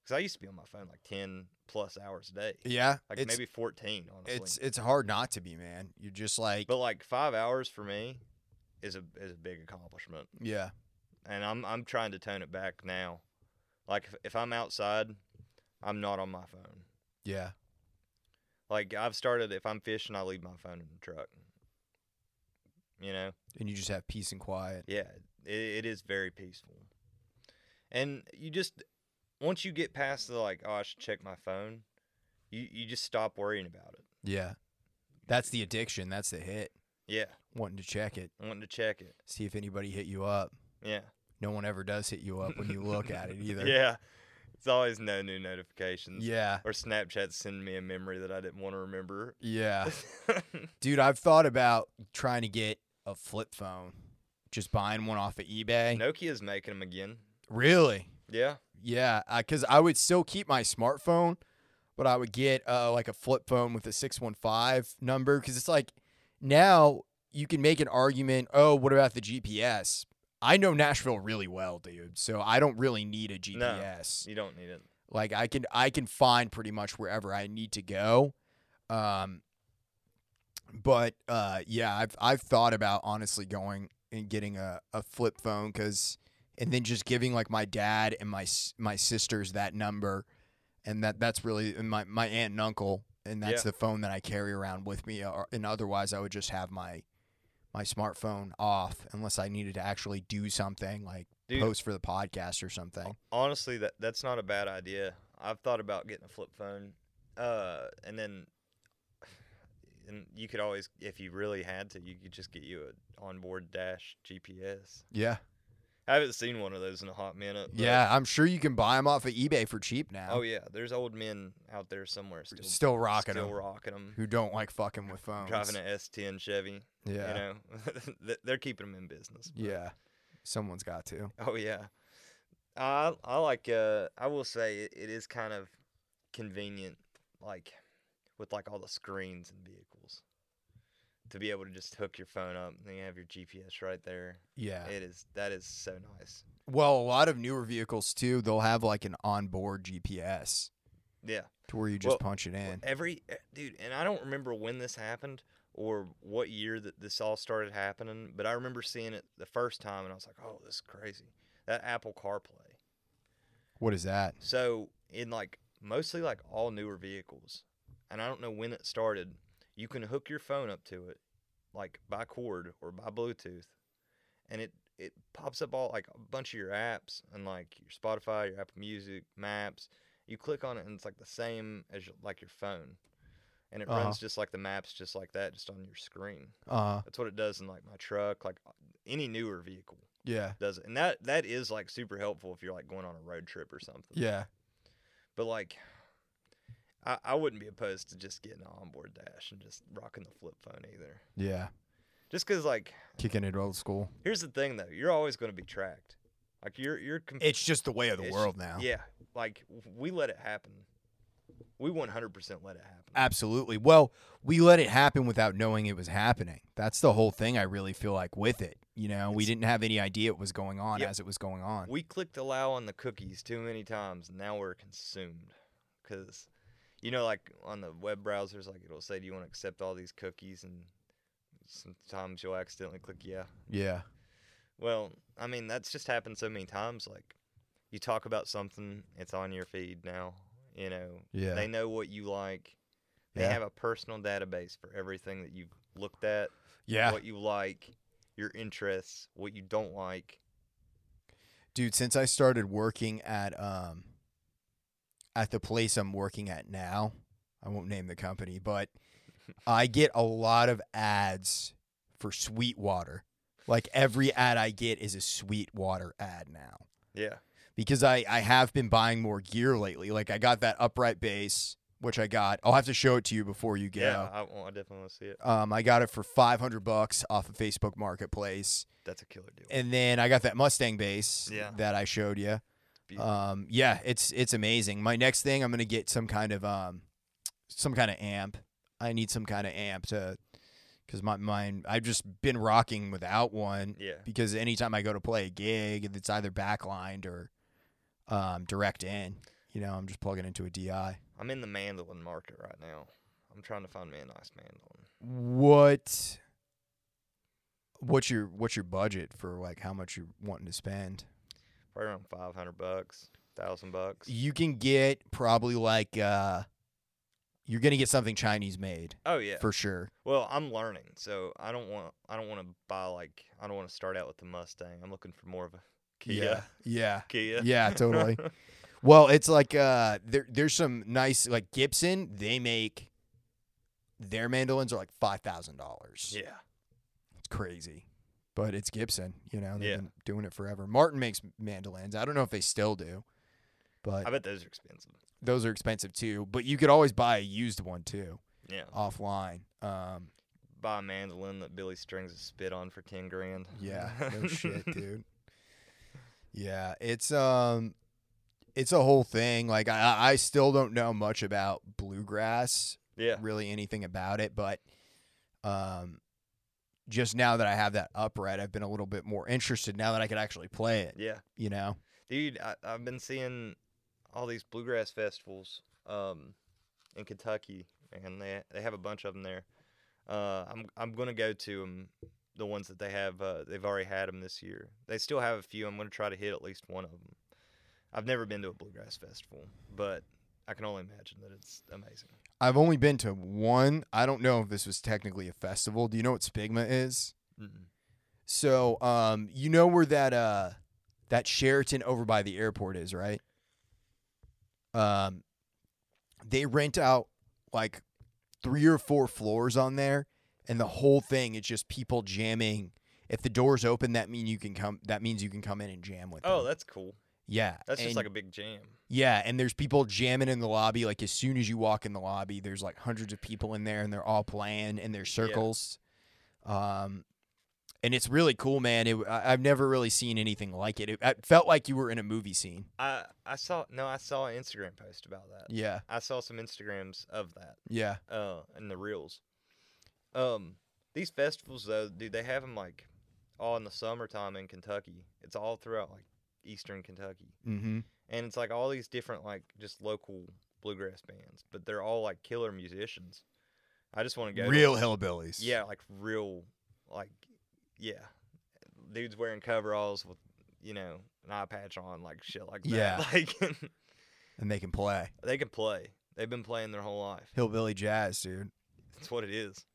B: Cause I used to be on my phone like ten plus hours a day,
A: Yeah.
B: like
A: it's,
B: maybe fourteen honestly.
A: it's it's hard not to be, man. You're just like
B: but like five hours for me is a is a big accomplishment,
A: yeah.
B: and I'm I'm trying to tone it back now. Like if, if I'm outside, I'm not on my phone.
A: Yeah.
B: Like I've started if I'm fishing, I leave my phone in the truck. You know.
A: and you just have peace and quiet.
B: Yeah, it, it is very peaceful. And you just once you get past the like, oh, I should check my phone, you you just stop worrying about it.
A: Yeah. That's the addiction. That's the hit.
B: Yeah,
A: Wanting to check it,
B: wanting to check it.
A: see if anybody hit you up.
B: Yeah,
A: No one ever does hit you up when you look at it either.
B: yeah. It's always no new notifications.
A: Yeah.
B: Or Snapchat sending me a memory that I didn't want to remember.
A: Yeah. Dude, I've thought about trying to get a flip phone, just buying one off of eBay.
B: Nokia's making them again.
A: Really?
B: Yeah,
A: Yeah. Because I would still keep my smartphone, but I would get uh, like a flip phone with a 615 number. Because it's like now you can make an argument oh, what about the GPS? I know Nashville really well, dude. So I don't really need a GPS.
B: you don't need it.
A: Like I can I can find pretty much wherever I need to go. Um but uh yeah, I've I've thought about honestly going and getting a, a flip phone cuz and then just giving like my dad and my s- my sisters that number and that that's really and my my aunt and uncle and that's the phone that I carry around with me or, and otherwise I would just have my my smartphone off unless I needed to actually do something like
B: Dude.
A: post for the podcast or something.
B: Honestly, that that's not a bad idea. I've thought about getting a flip phone, uh, and then, and you could always, if you really had to, you could just get you a onboard dash GPS.
A: Yeah.
B: I haven't seen one of those in a hot minute. but-
A: Yeah, I'm sure you can buy them off of eBay for cheap now.
B: Oh yeah, there's old men out there somewhere still
A: still rocking
B: still
A: them.
B: rocking 'em,
A: who don't like fucking with phones.
B: driving an S10 Chevy.
A: yeah,
B: You know, Th- they're keeping them in business. but-
A: yeah. Someone's got to.
B: Oh yeah, I I like uh I will say it, it is kind of convenient, like with like all the screens and vehicles, to be able to just hook your phone up and then you have your GPS right there.
A: Yeah.
B: It is that is so nice.
A: Eh, well, a lot of newer vehicles too. They'll have like an onboard GPS
B: Yeah,
A: to where you just
B: Well, eh,
A: punch it in.
B: every eh, dude, and I don't remember when this happened, or what year that this all started happening, but I remember seeing it the first time and I was like, "Oh, this is crazy." That Apple CarPlay.
A: What is that?
B: So, in like mostly like all newer vehicles, and I don't know when it started, you can hook your phone up to it like by cord or by Bluetooth, and it it pops up all like a bunch of your apps and like your Spotify, your Apple Music, Maps. You click on it and it's like the same as your, like your phone, and it
A: Uh-huh.
B: runs just like the maps, just like that, just on your screen.
A: Uh
B: That's what it does in like my truck, like any newer vehicle
A: yeah.
B: does it, and that that is like super helpful if you're like going on a road trip or something.
A: Yeah.
B: But like, I, I wouldn't be opposed to just getting an onboard dash and just rocking the flip phone either.
A: Yeah.
B: Just because like,
A: Kicking it old school.
B: here's the thing though, you're always going to be tracked. Like you're you're conf-
A: It's just the way of the
B: Mm. It's-
A: world now.
B: yeah. Like we let it happen. We 100 percent let it happen.
A: Absolutely. Well, we let it happen without knowing it was happening. That's the whole thing I really feel like with it. You know, we
B: It's-
A: didn't have any idea it was going on
B: Yep.
A: as it was going on.
B: We clicked allow on the cookies too many times. and Now we're consumed because, you know, like on the web browsers, like it'll say, "Do you want to accept all these cookies?" And sometimes you'll accidentally click yeah.
A: yeah.
B: Well, I mean, that's just happened so many times. Like, you talk about something, it's on your feed now. You know,
A: Yeah.
B: they know what you like. They
A: Yeah.
B: have a personal database for everything that you've looked at,
A: yeah.
B: what you like, your interests, what you don't like.
A: Dude, since I started working at um at the place I'm working at now, I won't name the company, but I get a lot of ads for Sweetwater. Like every ad I get is a Sweetwater ad now.
B: Yeah.
A: because I, I have been buying more gear lately. Like I got that upright bass, which I got. I'll have to show it to you before you go.
B: Yeah. I, wa- I definitely want to see it.
A: Um, I got it for 500 bucks off of Facebook Marketplace.
B: That's a killer deal.
A: And then I got that Mustang bass
B: Yeah.
A: that I showed you.
B: Beautiful.
A: Um, yeah, it's it's amazing. My next thing, I'm gonna get some kind of um, some kind of amp. I need some kind of amp to, because my mine I've just been rocking without one
B: yeah.
A: because anytime I go to play a gig, it's either backlined or um, direct in. You know, I'm just plugging into a DI.
B: I'm in the mandolin market right now. I'm trying to find me a nice mandolin.
A: What? What's your what's your budget for like how much you're wanting to spend?
B: Probably around 500 bucks, 1000 bucks.
A: You can get probably like uh, you're gonna get something Chinese made
B: Oh yeah.
A: for sure.
B: Well, I'm learning, so I don't want I don't want to buy like I don't want to start out with the Mustang. I'm looking for more of a Kia.
A: yeah,
B: Kia.
A: yeah, yeah, totally. Well, it's like uh, there there's some nice like Gibson. They make their mandolins are like five thousand dollars.
B: yeah.
A: It's crazy. But it's Gibson, you know, they've
B: Yeah.
A: been doing it forever. Martin makes mandolins. I don't know if they still do, but
B: I bet those are expensive.
A: those are expensive too. But you could always buy a used one too
B: Yeah.
A: offline. Um,
B: Buy a mandolin that Billy Strings has spit on for ten grand.
A: yeah, no shit, dude. Yeah, it's um, it's a whole thing. Like I, I- I still don't know much about bluegrass,
B: yeah.
A: really anything about it, but um, just now that I have that upright, I've been a little bit more interested. Now that I could actually play it,
B: Yeah.
A: you know.
B: Dude, I, I've been seeing all these bluegrass festivals um, in Kentucky, and they they have a bunch of them there. Uh, I'm I'm gonna go to 'em, the ones that they have. Uh, they've already had them this year. They still have a few. I'm gonna try to hit at least one of them. I've never been to a bluegrass festival, but I can only imagine that it's amazing.
A: I've only been to one. I don't know if this was technically a festival. Do you know what Spigma is?
B: Mm-mm.
A: So, um, you know where that uh that Sheraton over by the airport is, right? Um, they rent out like three or four floors on there, and the whole thing is just people jamming. If the doors open, that mean you can come. That means you can come in and jam with.
B: Oh,
A: them.
B: that's cool.
A: yeah.
B: That's
A: and-
B: just like a big jam.
A: yeah, and there's people jamming in the lobby. Like as soon as you walk in the lobby, there's like hundreds of people in there, and they're all playing in their circles. Um, and it's really cool, man. It, I, I've never really seen anything like it. it. It felt like you were in a movie scene.
B: I I saw no, I saw an Instagram post about that.
A: Yeah,
B: I saw some Instagrams of that.
A: yeah,
B: uh, and the reels. Um, these festivals though, dude, they have them like all in the summertime in Kentucky. It's all throughout like eastern Kentucky,
A: mm-hmm.
B: and it's like all these different like just local bluegrass bands, but they're all like killer musicians. I just want to go. to-
A: Real hillbillies.
B: yeah, like real, like yeah, dudes wearing coveralls with you know an eye patch on, like shit like that.
A: Yeah.
B: like
A: And they can play.
B: they can play. They've been playing their whole life.
A: Hillbilly jazz, dude.
B: That's what it is.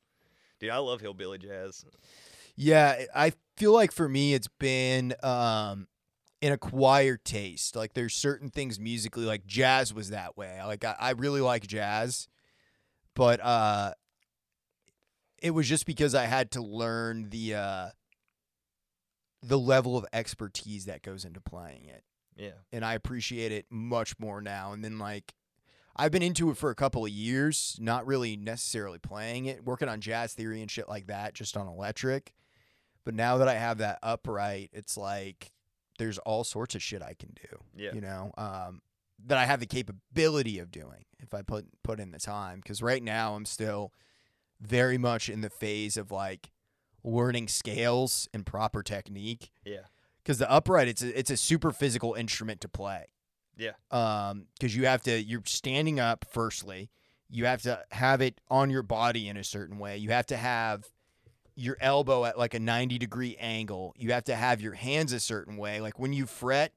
B: Dude, I love hillbilly jazz.
A: Yeah, I I feel like for me it's been um an acquired taste. Like there's certain things musically like jazz was that way. Like I, I really like jazz, but uh it was just because I had to learn the uh the level of expertise that goes into playing it.
B: Yeah,
A: And I appreciate it much more now. And then like I've been into it for a couple of years, not really necessarily playing it, working on jazz theory and shit like that, just on electric. But now that I have that upright, it's like there's all sorts of shit I can do,
B: yeah,
A: you know, um, that I have the capability of doing if I put put in the time. Because right now I'm still very much in the phase of like learning scales and proper technique
B: yeah,
A: because the upright it's a, it's a super physical instrument to play.
B: Yeah.
A: Um, because you have to you're standing up. Firstly, you have to have it on your body in a certain way. You have to have your elbow at like a ninety degree angle. You have to have your hands a certain way. Like when you fret,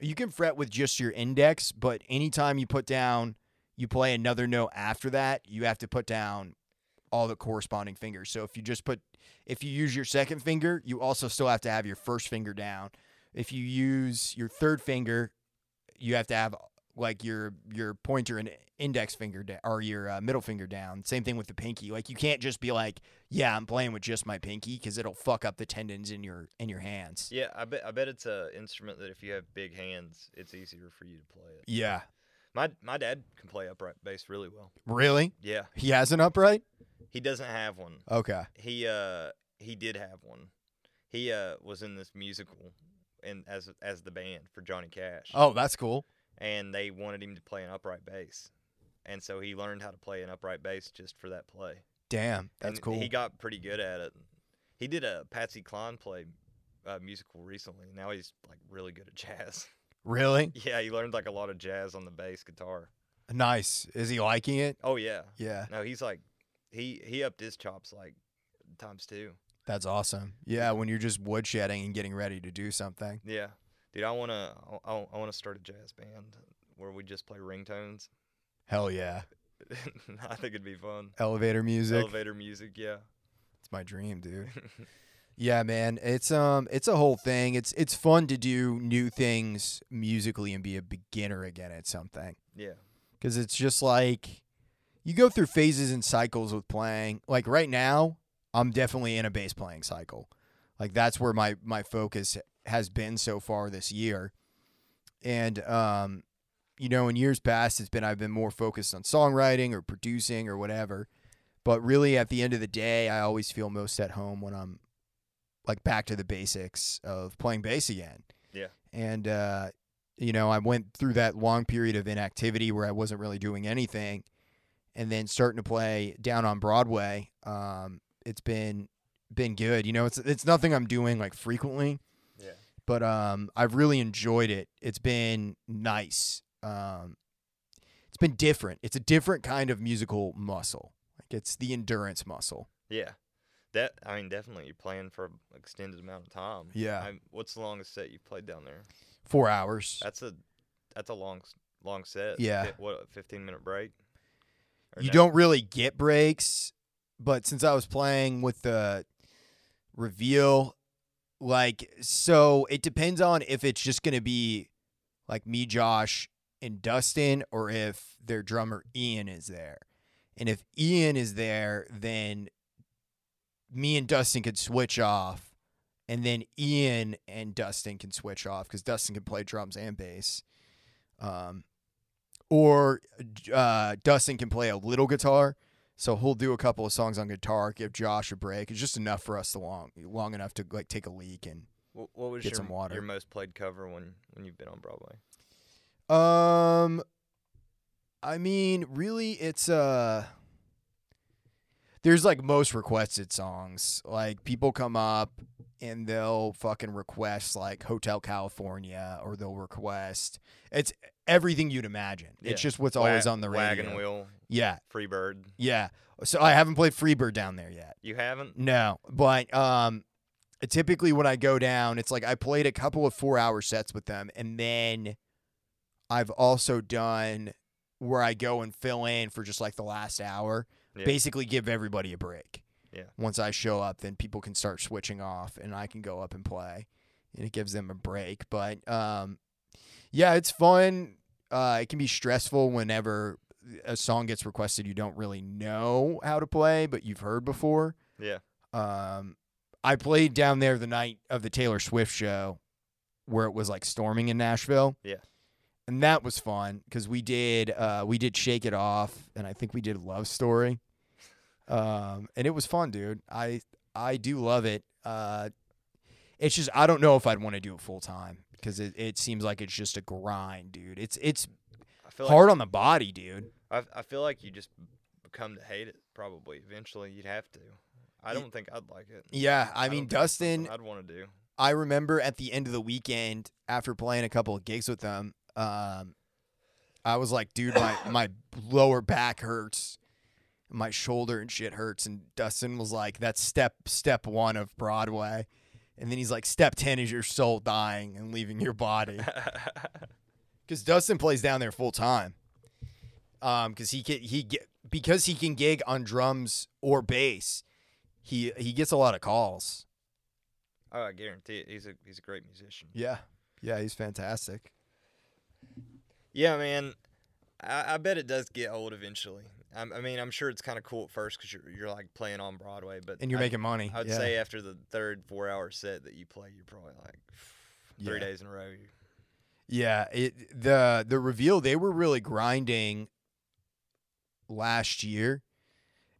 A: you can fret with just your index, but anytime you put down, you play another note after that. You have to put down all the corresponding fingers. So if you just put if you use your second finger, you also still have to have your first finger down. If you use your third finger, you have to have like your your pointer and index finger da- or your uh, middle finger down. Same thing with the pinky. Like you can't just be like, yeah, I'm playing with just my pinky because it'll fuck up the tendons in your in your hands.
B: yeah. I bet I bet it's a instrument that if you have big hands, it's easier for you to play it.
A: Yeah.
B: My my dad can play upright bass really well.
A: Really?
B: Yeah,
A: He has an upright?
B: he doesn't have one.
A: Okay.
B: he uh he did have one. He uh was in this musical and as as the band for Johnny Cash.
A: Oh, that's cool.
B: And they wanted him to play an upright bass. And so he learned how to play an upright bass just for that play.
A: Damn, that's
B: And
A: cool.
B: He got pretty good at it. He did a Patsy Cline play uh, musical recently. Now he's like really good at jazz.
A: really?
B: yeah, he learned like a lot of jazz on the bass guitar.
A: Nice. Is he liking it?
B: Oh yeah.
A: Yeah.
B: No, he's like he he upped his chops like times two.
A: That's awesome. Yeah, when you're just woodshedding and getting ready to do something.
B: Yeah, dude, I wanna, I, I I wanna start a jazz band where we just play ringtones.
A: Hell yeah.
B: I think it'd be fun.
A: Elevator music.
B: Elevator music, yeah.
A: It's my dream, dude. yeah, man. It's um it's a whole thing. It's it's fun to do new things musically and be a beginner again at something.
B: yeah,
A: Cuz it's just like you go through phases and cycles with playing. Like right now, I'm definitely in a bass playing cycle. Like that's where my my focus has been so far this year. And um you know, in years past it's been I've been more focused on songwriting or producing or whatever. But really at the end of the day, I always feel most at home when I'm like back to the basics of playing bass again.
B: Yeah.
A: And uh you know, I went through that long period of inactivity where I wasn't really doing anything and then starting to play down on Broadway. Um it's been been good. You know, it's it's nothing I'm doing like frequently,
B: yeah.
A: but um I've really enjoyed it. It's been nice. Um it's been different. It's a different kind of musical muscle. Like it's the endurance muscle.
B: Yeah, that I mean, definitely you're playing for an extended amount of time.
A: Yeah.
B: I, what's the longest set you've played down there?
A: 4 hours.
B: That's a that's a long s- long set.
A: Yeah.
B: Fi- what a 15 minute break? Or
A: you
B: no?
A: don't really get breaks, but since I was playing with the reveal, like, so it depends on if it's just going to be like me, Josh, and Dustin, or if their drummer Ian is there. And if Ian is there, then me and Dustin could switch off. And then Ian and Dustin can switch off because Dustin can play drums and bass. Um, or uh, Dustin can play a little guitar, so he'll do a couple of songs on guitar, give Josh a break. It's just enough for us to long long enough to like take a leak and
B: What, what was
A: Get
B: your
A: some water.
B: your most played cover when when you've been on Broadway?
A: um, I mean, really, it's uh, there's like most requested songs. Like people come up and they'll fucking request like Hotel California or they'll request it's everything you'd imagine.
B: Yeah.
A: It's just what's always
B: Wa-
A: on the radio.
B: wagon wheel,
A: Yeah,
B: Freebird.
A: yeah. So I haven't played Freebird down there yet.
B: You haven't?
A: No, but um, typically when I go down, it's like I played a couple of four hour sets with them, and then I've also done where I go and fill in for just like the last hour,
B: Yeah.
A: basically give everybody a break.
B: Yeah.
A: Once I show up, then people can start switching off, and I can go up and play, and it gives them a break. But um, yeah, it's fun. Uh, it can be stressful whenever a song gets requested you don't really know how to play, but you've heard before.
B: Yeah.
A: Um, I played down there the night of the Taylor Swift show where it was like storming in Nashville.
B: Yeah.
A: And that was fun because we did uh, we did Shake It Off and I think we did Love Story. Um, and it was fun, dude. I I do love it. Uh, it's just I don't know if I'd want to do it full time because it, it seems like it's just a grind, dude. It's it's
B: I feel
A: hard on the body, dude.
B: like I, I feel like you just come to hate it probably eventually you'd have to. I
A: Ye-
B: don't think I'd like it.
A: Yeah, I
B: don't
A: mean
B: think it's
A: Dustin
B: something I'd want to do.
A: I remember at the end of the weekend after playing a couple of gigs with them, um, I was like, dude, my, my lower back hurts, my shoulder and shit hurts. And Dustin was like, that's step step one of Broadway. And then he's like, step ten is your soul dying and leaving your body. Because Dustin plays down there full time. Um, because he can he get because he can gig on drums or bass, he he gets a lot of calls.
B: oh, I guarantee it. He's a he's a great musician.
A: Yeah, yeah, he's fantastic.
B: Yeah, man. I, I bet it does get old eventually. I, I mean, I'm sure it's kind of cool at first because you're, you're like playing on Broadway, but
A: and you're
B: I-
A: making money.
B: I'd
A: yeah.
B: say after the third four hour set that you play, you're probably like three
A: Yeah.
B: days in a row. you-
A: yeah, it the the reveal they were really grinding last year,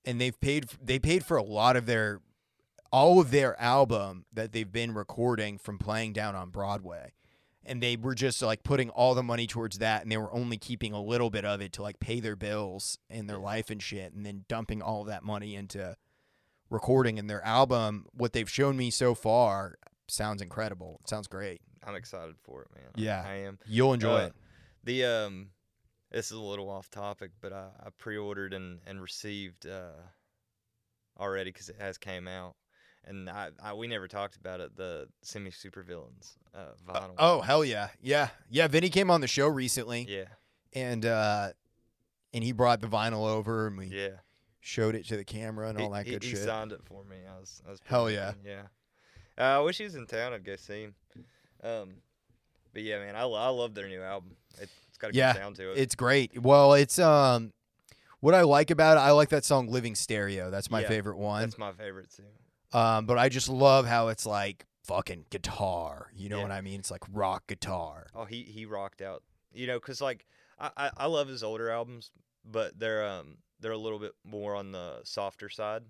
A: and they've paid f- they paid for a lot of their all of their album that they've been recording from playing down on Broadway. And they were just like putting all the money towards that, and they were only keeping a little bit of it to like pay their bills and their life and shit, and then dumping all of that money into recording. And their album, what they've shown me so far, sounds incredible. It sounds great.
B: I'm excited for it, man. I-
A: Yeah.
B: I am.
A: You'll enjoy
B: Uh,
A: it.
B: The um, this is a little off topic, but I, I pre-ordered and and received uh already because it has came out, and I, I we never talked about it. The semi supervillains uh, vinyl.
A: Oh hell yeah, yeah, yeah. Vinny came on the show recently,
B: yeah,
A: and uh, and he brought the vinyl over, and we
B: yeah.
A: showed it to the camera and all
B: He-
A: that
B: he,
A: good
B: he
A: shit.
B: signed it for me. I was, I was
A: Hell
B: pretty
A: yeah.
B: happy, yeah. Uh, I wish he was in town. I'd go see him. Um, but yeah, man, I, lo- I love their new album. It, it's got to
A: Yeah,
B: come down to it.
A: It's great. Well, it's um, what I like about it, I like that song "Living Stereo." That's my
B: Yeah,
A: favorite one.
B: That's my favorite too.
A: Um, but I just love how it's like fucking guitar. You know
B: Yeah.
A: what I mean? It's like rock guitar.
B: Oh, he he rocked out. You know, cause like I, I, I love his older albums, but they're um they're a little bit more on the softer side.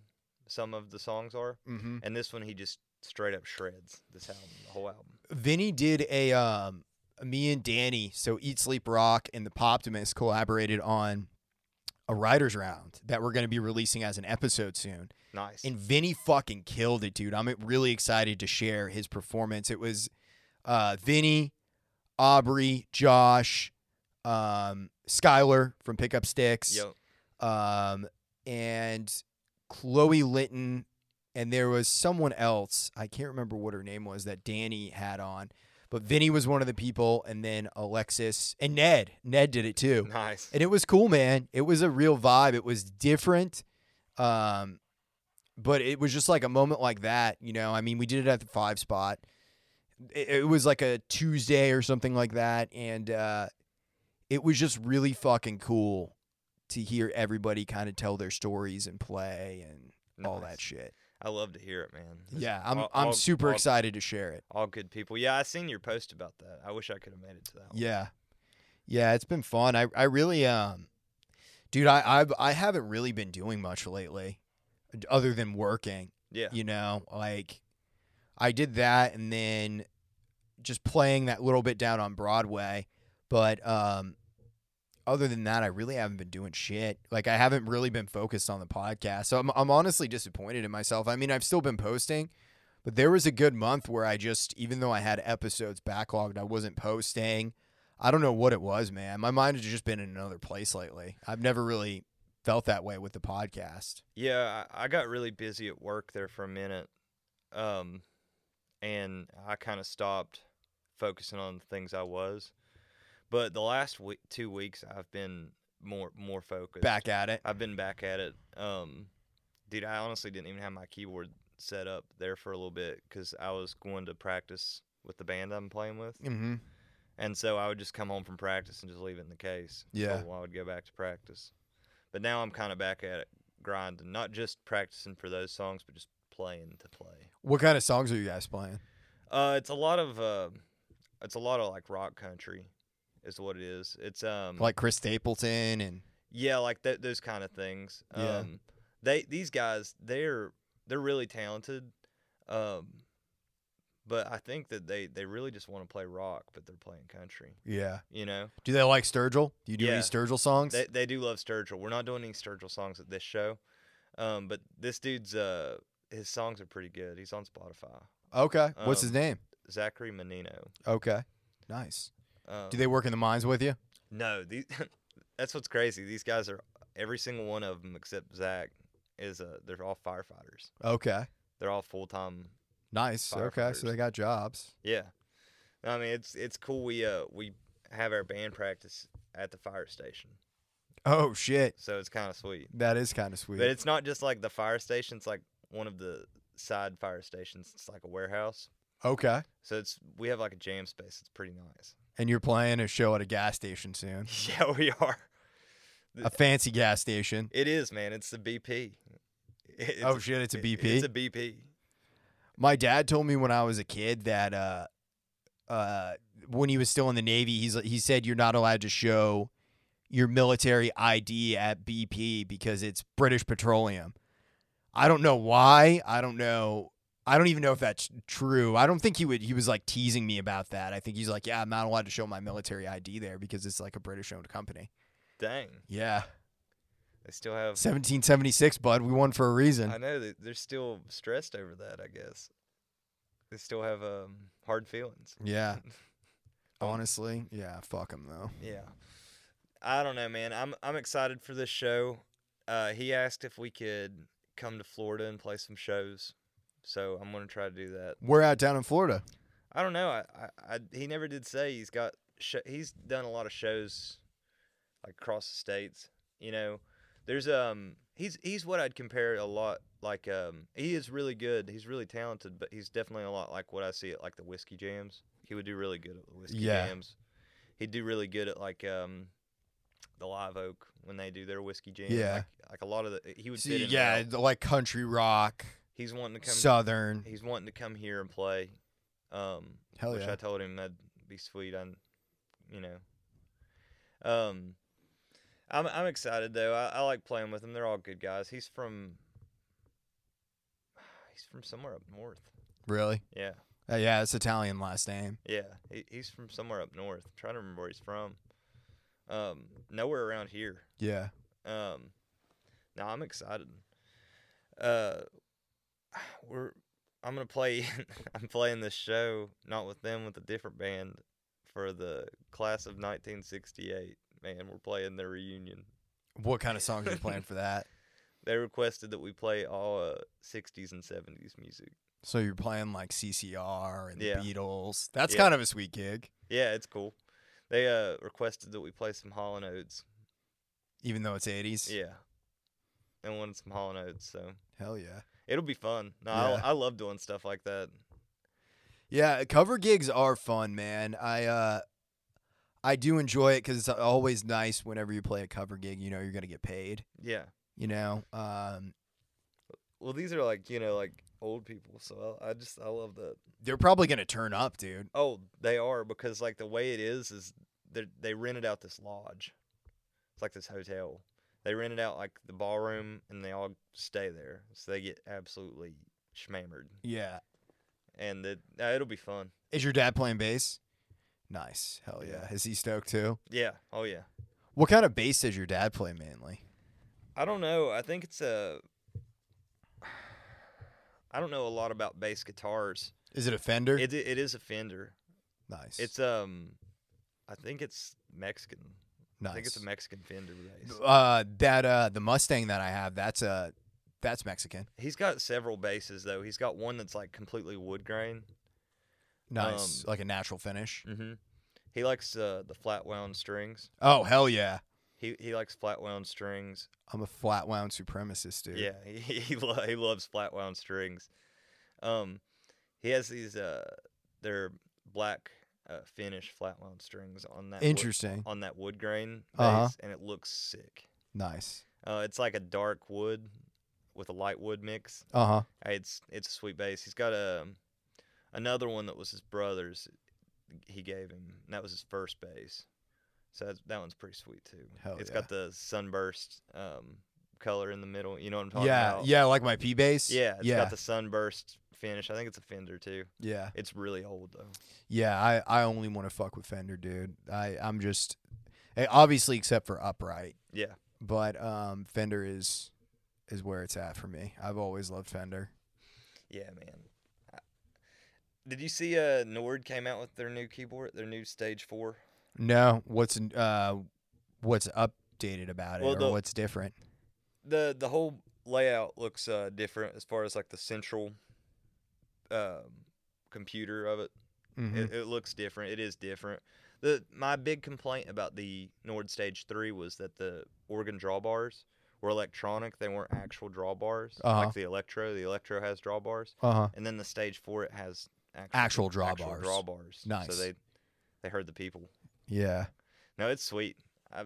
B: Some of the songs are,
A: Mm-hmm.
B: and this one he just straight up shreds. This album, the whole album.
A: Vinny did a um me and Danny, so Eat Sleep Rock and the Poptimus collaborated on a writer's round that we're gonna be releasing as an episode soon.
B: Nice.
A: And Vinny fucking killed it, dude. I'm really excited to share his performance. It was uh Vinny, Aubrey, Josh, um, Skylar from Pickup Sticks
B: Yo,
A: um, and Chloe Linton, and there was someone else. I can't remember what her name was that Danny had on, but Vinny was one of the people, and then Alexis and Ned. Ned did it too,
B: nice.
A: and it was cool, man. It was a real vibe. It was different, um, but it was just like a moment like that. You know, I mean, we did it at the five spot. It, it was like a Tuesday or something like that, and uh, it was just really fucking cool to hear everybody kind of tell their stories and play and all
B: nice.
A: that shit.
B: I love to hear it, man. This-
A: Yeah, I'm
B: all-
A: I'm
B: all-
A: super
B: all-
A: excited to share it.
B: All good people. Yeah, I seen your post about that. I wish I could have made it to that. one.
A: Yeah. Yeah, it's been fun. I, I really um dude, I I've, I haven't really been doing much lately d- other than working,
B: Yeah.
A: you know, like I did that and then just playing that little bit down on Broadway, but um other than that, I really haven't been doing shit. Like I haven't really been focused on the podcast. So I'm I'm honestly disappointed in myself. I mean, I've still been posting, But there was a good month where I just, even though I had episodes backlogged, I wasn't posting. I don't know what it was, man. My mind has just been in another place lately. I've never really felt that way with the podcast.
B: Yeah, I, I got really busy at work there for a minute, um, and I kind of stopped focusing on the things I was. But the last week, two weeks, I've been more more focused.
A: Back at it.
B: I've been back at it. Um, dude, I honestly didn't even have my keyboard set up there for a little bit because I was going to practice with the band I'm playing with,
A: Mm-hmm.
B: and so I would just come home from practice and just leave it in the case.
A: Yeah.
B: until I would go back to practice. But now I'm kind of back at it, grinding, not just practicing for those songs, but just playing to play.
A: What kind of songs are you guys playing?
B: Uh, it's a lot of uh, it's a lot of like rock country, is what it is. It's um
A: Like Chris Stapleton and
B: Yeah, like th- those kind of things.
A: Yeah.
B: Um, they these guys they're they're really talented, um, but I think that they they really just want to play rock, but they're playing country.
A: yeah.
B: You know,
A: Do they like Sturgill? Do you do
B: Yeah.
A: any Sturgill songs?
B: they they do love Sturgill. We're not doing any Sturgill songs at this show, um, but this dude's uh his songs are pretty good. He's on Spotify.
A: okay. What's his
B: um,
A: name?
B: Zachary Menino.
A: Okay. Nice.
B: Um,
A: Do they work in the mines with you?
B: No, these, that's what's crazy. These guys are every single one of them except Zach is uh they're all firefighters.
A: Okay.
B: They're all full time
A: Nice. Okay. So
B: Firefighters.
A: they got jobs.
B: Yeah, I mean it's it's cool. We uh we have our band practice at the fire station,
A: Oh shit.
B: so it's kind of sweet.
A: That is kind of sweet.
B: But it's not just like the fire station; it's like one of the side fire stations. It's like a warehouse,
A: okay.
B: so it's we have like a jam space. It's pretty nice.
A: And you're playing a show at a gas station soon.
B: yeah, we are.
A: A fancy gas station.
B: It is, man. It's the BP. It's
A: oh shit, it's a
B: it-
A: BP.
B: It's a BP.
A: My dad told me when I was a kid that uh, uh, when he was still in the Navy, he's he said you're not allowed to show your military ID at BP because it's British Petroleum. I don't know why. I don't know. I don't even know if that's true. I don't think he would. He was like teasing me about that. I think he's like, yeah, I'm not allowed to show my military ID there because it's like a British-owned company.
B: Dang,
A: Yeah,
B: they still have.
A: 1776, bud. We won for a reason.
B: I know that they're still stressed over that. I guess they still have um, hard feelings.
A: Yeah. Honestly, yeah. Fuck him though.
B: Yeah. I don't know, man. I'm I'm excited for this show. Uh, he asked if we could come to Florida and play some shows, so I'm gonna try to do that.
A: We're out down in Florida.
B: I don't know. I, I, I he never did say he's got sh- he's done a lot of shows like across the states. You know, there's um he's he's what I'd compare a lot like um he is really good. He's really talented, but he's definitely a lot like what I see at like the whiskey jams. He would do really good at the whiskey
A: Yeah.
B: jams. He'd do really good at like um the Live Oak when they do their whiskey jam.
A: Yeah.
B: like, like a lot of the he would fit
A: See,
B: in
A: yeah,
B: well.
A: the, like country rock,
B: He's wanting to come.
A: southern.
B: he's wanting to come here and play. Um,
A: Hell
B: which
A: Oh, yeah.
B: I told him that'd be sweet. On, you know, um, I'm I'm excited though. I, I like playing with them. They're all good guys. He's from, he's from somewhere up north.
A: really?
B: Yeah,
A: Uh, yeah, it's Italian last name.
B: yeah. He, he's from somewhere up north. I'm trying to remember where he's from. Um, nowhere around here.
A: Yeah.
B: Um, no, I'm excited. Uh, we're I'm gonna play. I'm playing this show not with them, with a different band for the class of 1968. Man, we're playing their reunion.
A: What kind of songs are you playing for that?
B: They requested that we play all uh, 60s and 70s music.
A: So you're playing like CCR and the
B: Yeah.
A: Beatles. That's
B: Yeah.
A: kind of a sweet gig,
B: Yeah, it's cool. They uh requested that we play some Hall and Oates.
A: even though it's 80s.
B: Yeah, they wanted some Hall and Oates, so
A: Hell yeah.
B: it'll be fun. No,
A: Yeah.
B: I, I love doing stuff like that.
A: Yeah, cover gigs are fun, man. I uh I do enjoy it cuz it's always nice whenever you play a cover gig, you know you're going to get paid,
B: Yeah.
A: you know. Um
B: Well, these are like you know like old people, so I, I just I love that.
A: they're probably going to turn up, dude.
B: Oh, they are because like the way it is is they they rented out this lodge. It's like this hotel. They rented out like the ballroom and they all stay there, so they get absolutely schmammered.
A: Yeah.
B: And it, uh, it'll be fun.
A: Is your dad playing bass? Nice. Hell yeah.
B: Yeah.
A: Is he stoked too?
B: Yeah. Oh yeah.
A: What kind of bass does your dad play mainly?
B: I don't know. I think it's a. uh, I don't know a lot about bass guitars.
A: Is it a Fender?
B: It it is a Fender.
A: nice.
B: It's um, I think it's Mexican.
A: nice.
B: I think it's a Mexican Fender bass.
A: uh, that uh, the Mustang that I have. That's uh, that's Mexican.
B: He's got several basses though. He's got one that's like completely wood grain.
A: Nice,
B: Um,
A: like a natural finish.
B: Mm-hmm. He likes uh, the flat wound strings.
A: Oh hell yeah!
B: He he likes flat wound strings.
A: I'm a flat wound supremacist, dude.
B: Yeah, he he, lo- he loves flat wound strings. Um, he has these uh, they're black uh, finish flat wound strings on that wood-
A: Interesting.
B: on that wood grain base,
A: Uh-huh.
B: and it looks sick.
A: Nice.
B: Uh, it's like a dark wood with a light wood mix.
A: Uh huh.
B: Uh, It's it's a sweet bass. He's got a um, another one that was his brother's. He gave him. And that was his first bass. So that's, that one's pretty sweet too.
A: Hell
B: It's
A: yeah.
B: got the sunburst um, color in the middle. You know what I'm talking
A: Yeah,
B: about?
A: yeah, like my P bass.
B: Yeah, it's
A: yeah,
B: got the sunburst finish. I think it's a Fender too.
A: yeah,
B: It's really old though.
A: yeah. I, I only want to fuck with Fender, dude. I I'm just, eh, obviously except for upright,
B: Yeah.
A: but um, Fender is is where it's at for me. I've always loved Fender.
B: Yeah, man. I- Did you see uh Nord came out with their new keyboard, their new Stage 4?
A: No, what's uh, what's updated about it
B: Well,
A: or
B: the-
A: what's different?
B: The the whole layout looks uh different as far as like the central um computer of it.
A: Mhm.
B: It, it looks different. It is different. The my big complaint about the Nord Stage 3 was that the organ drawbars were electronic. They weren't actual drawbars
A: Uh-huh.
B: like the Electro. The Electro has drawbars.
A: Uh huh.
B: and then the stage four it has actual,
A: Actual drawbars.
B: drawbars.
A: Nice.
B: So they they heard the people.
A: Yeah,
B: No, it's sweet. I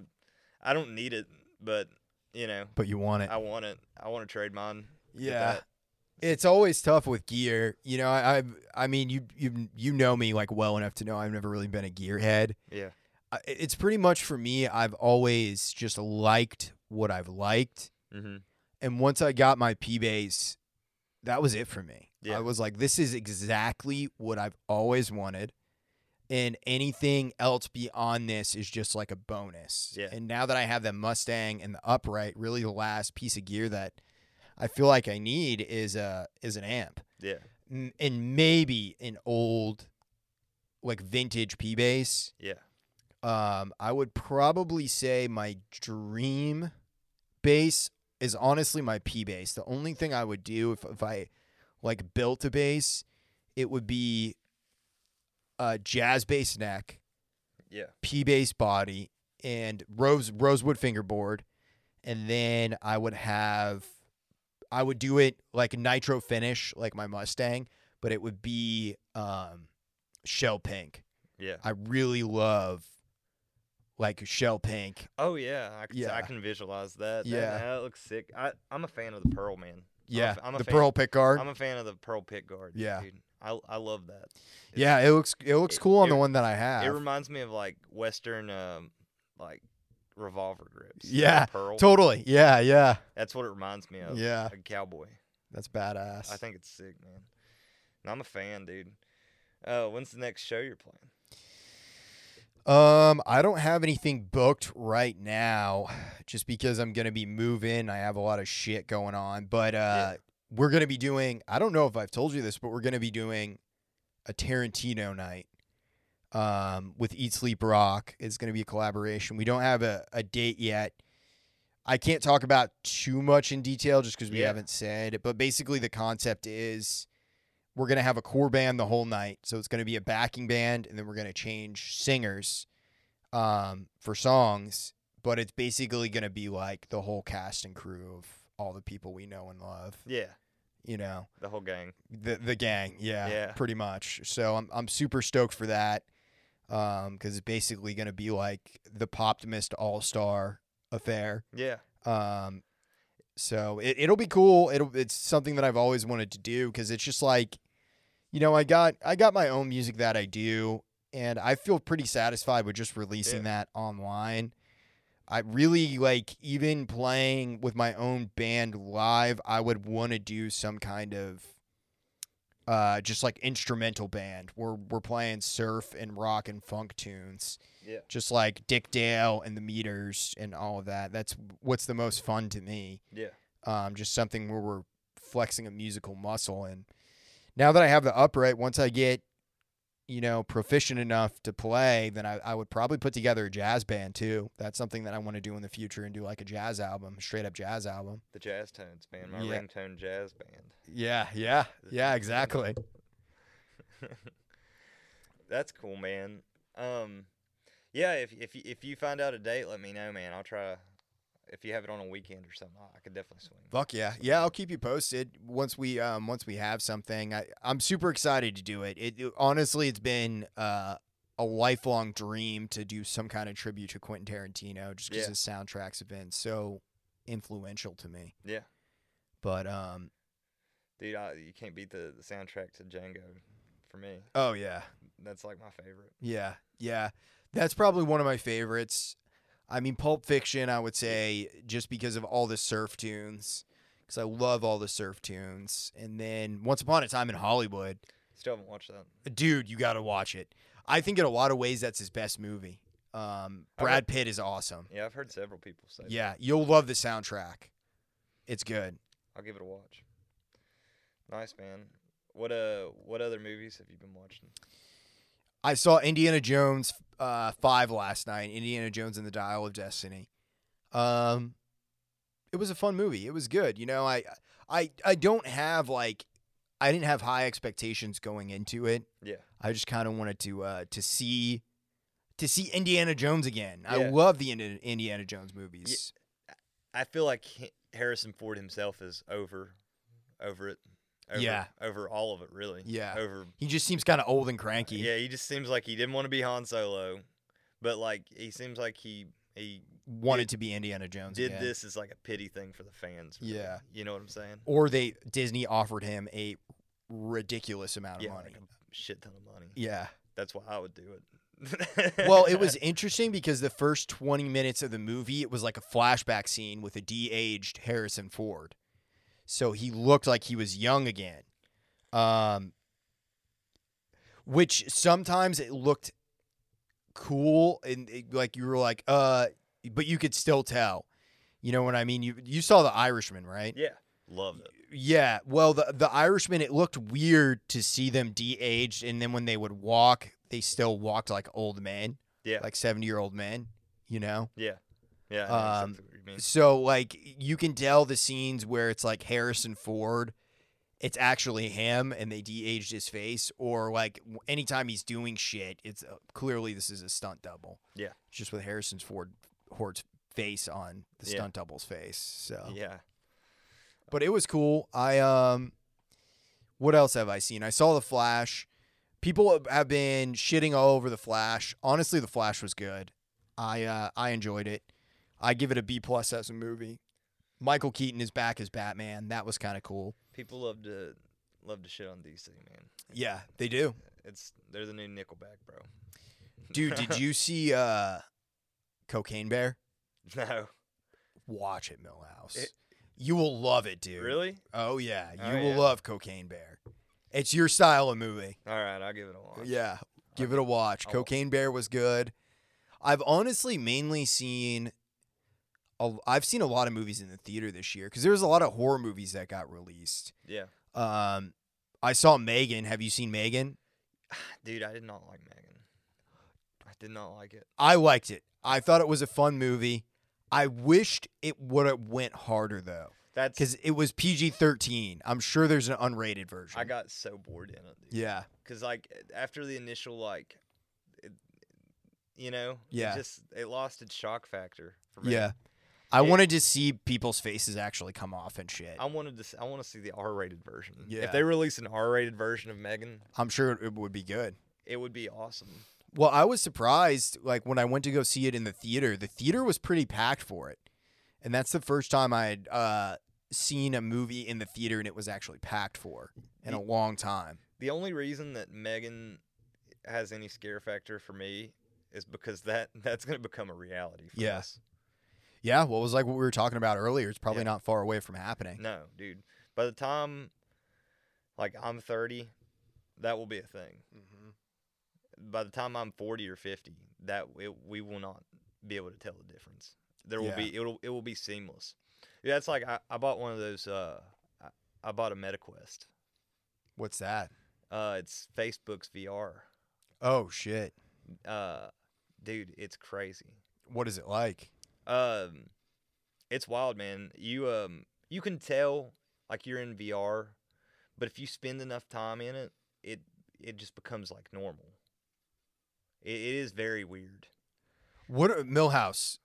B: I don't need it, but you know
A: but you want it.
B: I want it. I want to trade mine. Get
A: Yeah.
B: that.
A: It's always tough with gear. You know, I I've, I mean, you you you know me like well enough to know I've never really been a gearhead.
B: Yeah.
A: I- It's pretty much for me. I've always just liked what I've liked,
B: Mm-hmm.
A: and once I got my P bass, that was it for me.
B: Yeah.
A: I was like, this is exactly what I've always wanted, and anything else beyond this is just like a bonus.
B: Yeah.
A: And now that I have that Mustang and the upright, really the last piece of gear that I feel like I need is a is an amp
B: Yeah.
A: m- and maybe an old like vintage P bass.
B: Yeah.
A: Um, I would probably say my dream bass is honestly my P bass. The only thing I would do if, if I like built a bass, it would be a jazz bass neck,
B: Yeah.
A: P bass body, and rose rosewood fingerboard, and then I would have I would do it like nitro finish, like my Mustang, but it would be um, shell pink.
B: Yeah.
A: I really love like shell pink.
B: Oh yeah. I can, I
A: Yeah.
B: can visualize that. That-
A: Yeah.
B: That, looks sick. I I'm a fan of the pearl man.
A: Yeah,
B: I'm a
A: the
B: fan-
A: pearl pick guard.
B: I'm a fan of the pearl pit guard.
A: Yeah.
B: Dude. I I love that. It's-
A: yeah, it looks it looks
B: it-
A: cool on
B: it-
A: the one that I have.
B: It reminds me of like western um like revolver grips. like
A: Yeah,
B: Pearl.
A: totally. Yeah, yeah,
B: That's what it reminds me of.
A: yeah.
B: A cowboy.
A: That's badass.
B: I think it's sick, man. And I'm a fan, dude. Uh, when's the next show you're playing?
A: Um, I don't have anything booked right now, just because I'm gonna be moving. I have a lot of shit going on, but uh,
B: Yeah.
A: we're gonna be doing. I don't know if I've told you this, but we're gonna be doing a Tarantino night. Um, with Eat Sleep Rock, it's gonna be a collaboration. We don't have a, a date yet. I can't talk about too much in detail just because we
B: Yeah.
A: haven't said. it, But basically, the concept is we're gonna have a core band the whole night. So it's gonna be a backing band, and then we're gonna change singers um, for songs. But it's basically gonna be like the whole cast and crew of all the people we know and love.
B: Yeah,
A: You know,
B: the whole gang.
A: the the gang. Yeah,
B: Yeah.
A: pretty much. So I'm I'm super stoked for that because it's basically gonna be like the Poptimist All Star affair.
B: Yeah,
A: Um, so it, it'll be cool. It'll it's something that I've always wanted to do because it's just like, you know, I got I got my own music that I do, and I feel pretty satisfied with just releasing
B: Yeah.
A: that online. I really like even playing with my own band live. I would want to do some kind of uh just like instrumental band where we're playing surf and rock and funk tunes
B: yeah,
A: just like Dick Dale and the meters and all of that. That's what's the most fun to me.
B: yeah,
A: Um, just something where we're flexing a musical muscle. And now that I have the upright, once I get, you know, proficient enough to play, then I, I would probably put together a jazz band too. That's something that I want to do in the future and do like a jazz album, straight up jazz album.
B: The Jazz Tones band, my
A: Yeah.
B: ringtone jazz band.
A: Yeah, yeah, yeah, exactly.
B: That's cool, man. Um, yeah, if if you- if you find out a date, let me know, man. I'll try. If you have it on a weekend or something, I could definitely swing.
A: Fuck yeah, yeah! I'll keep you posted once we um once we have something. I I'm super excited to do it. It, it- honestly, it's been uh a lifelong dream to do some kind of tribute to Quentin Tarantino, just because
B: Yeah.
A: his soundtracks have been so influential to me.
B: Yeah.
A: But um,
B: Dude, I, you can't beat the, the soundtrack to Django. For me,
A: oh yeah,
B: that's like my favorite.
A: yeah, yeah. That's probably one of my favorites. I mean, Pulp Fiction, I would say, just because of all the surf tunes, because I love all the surf tunes. And then Once Upon a Time in Hollywood.
B: Still haven't watched that.
A: dude, you got to watch it. I think in a lot of ways that's his best movie. Um,
B: I would-
A: Brad Pitt is awesome.
B: Yeah, I've heard several people say. that.
A: Yeah, you'll love the soundtrack. It's good.
B: I'll give it a watch. Nice, man. What uh, what other movies have you been watching?
A: I saw Indiana Jones uh, five last night. Indiana Jones and the Dial of Destiny. Um, it was a fun movie. It was good. You know, I I I don't have like I didn't have high expectations going into it.
B: Yeah.
A: I just kind of wanted to uh, to see to see Indiana Jones again. I
B: Yeah.
A: love the Indi- Indiana Jones movies.
B: I feel like Ha- Harrison Ford himself is over, over it. Over,
A: Yeah.
B: Over all of it, really.
A: Yeah.
B: Over.
A: He just seems kind of old and cranky.
B: Yeah, he just seems like he didn't want to be Han Solo, but like he seems like he he
A: Wanted
B: Did-
A: to be Indiana Jones.
B: did
A: again.
B: this as like a pity thing for the fans. really.
A: Yeah.
B: You know what I'm saying?
A: or they Disney offered him a ridiculous amount of
B: yeah.
A: money.
B: Like um, a shit ton of money.
A: yeah.
B: That's why I would do it.
A: Well, it was interesting because the first 20 minutes of the movie, it was like a flashback scene with a de-aged Harrison Ford. So he looked like he was young again. Um which sometimes it looked cool and it- like you were like uh but you could still tell. You know what I mean? You you saw the Irishman, right?
B: Yeah. Loved it.
A: Yeah, well, the the Irishman, it looked weird to see them de-aged, and then when they would walk, they still walked like old men,
B: Yeah.
A: like seventy year old men, you know.
B: Yeah. Yeah. I know
A: Um,
B: exactly what you mean.
A: So like you can tell the scenes where it's like Harrison Ford, it's actually him, and they de-aged his face, or like w- anytime he's doing shit, it's uh, clearly this is a stunt double.
B: Yeah.
A: it's just with Harrison Ford Ford's face on the
B: Yeah.
A: stunt double's face. So
B: Yeah.
A: but it was cool. I um, what else have I seen? I saw the Flash. People have- have been shitting all over the Flash. Honestly, the Flash was good. I uh, I enjoyed it. I give it a B plus as a movie. Michael Keaton is back as Batman. That was kind of cool.
B: People love to love to shit on DC, man.
A: Yeah, they do.
B: It's they're the new Nickelback, bro.
A: Dude, did you see uh, Cocaine Bear?
B: no.
A: Watch it, Millhouse.
B: It-
A: you will love it, dude.
B: Really?
A: Oh yeah, you
B: Oh,
A: will
B: yeah.
A: love Cocaine Bear. It's your style of movie.
B: All right, I'll give it a watch.
A: Yeah, give it a watch.
B: I'll watch.
A: Cocaine Bear was good. I've honestly mainly seen, a, I've seen a lot of movies in the theater this year because there was a lot of horror movies that got released.
B: Yeah.
A: Um, I saw Megan. Have you seen Megan?
B: Dude, I did not like Megan. I did not like it.
A: I liked it. I thought it was a fun movie. I wished it would have went harder though,
B: That's
A: because it was PG thirteen. I'm sure there's an unrated version.
B: I got so bored in it. Dude.
A: yeah,
B: Cause like after the initial like, it, you know,
A: Yeah.
B: it just it lost its shock factor for me.
A: yeah. I
B: It-
A: wanted to see people's faces actually come off and shit.
B: I wanted to. s- I want to see the R-rated version.
A: Yeah.
B: If they release an R-rated version of Megan,
A: I'm sure it would be good.
B: it would be awesome.
A: Well, I was surprised, like when I went to go see it in the theater, the theater was pretty packed for it. And that's the first time I had uh, seen a movie in the theater and it was actually packed for in a long time.
B: The only reason that Megan has any scare factor for me is because that that's going to become a reality. For
A: Yeah.
B: us.
A: Yeah, well, it was like what we were talking about earlier. It's probably
B: Yeah.
A: not far away from happening.
B: No, dude. By the time like I'm 30, that will be a thing. By the time I'm 40 or 50, that it, we will not be able to tell the difference. There will
A: Yeah.
B: be it will it will be seamless. Yeah, it's like I, I bought one of those uh I, I bought a MetaQuest.
A: What's that?
B: Uh, it's Facebook's VR.
A: Oh shit.
B: Uh, dude, it's crazy.
A: What is it like?
B: Um, it's wild, man. You um, you can tell like you're in VR, but if you spend enough time in it, it it just becomes like normal. It, it is very weird.
A: What are, Millhouse?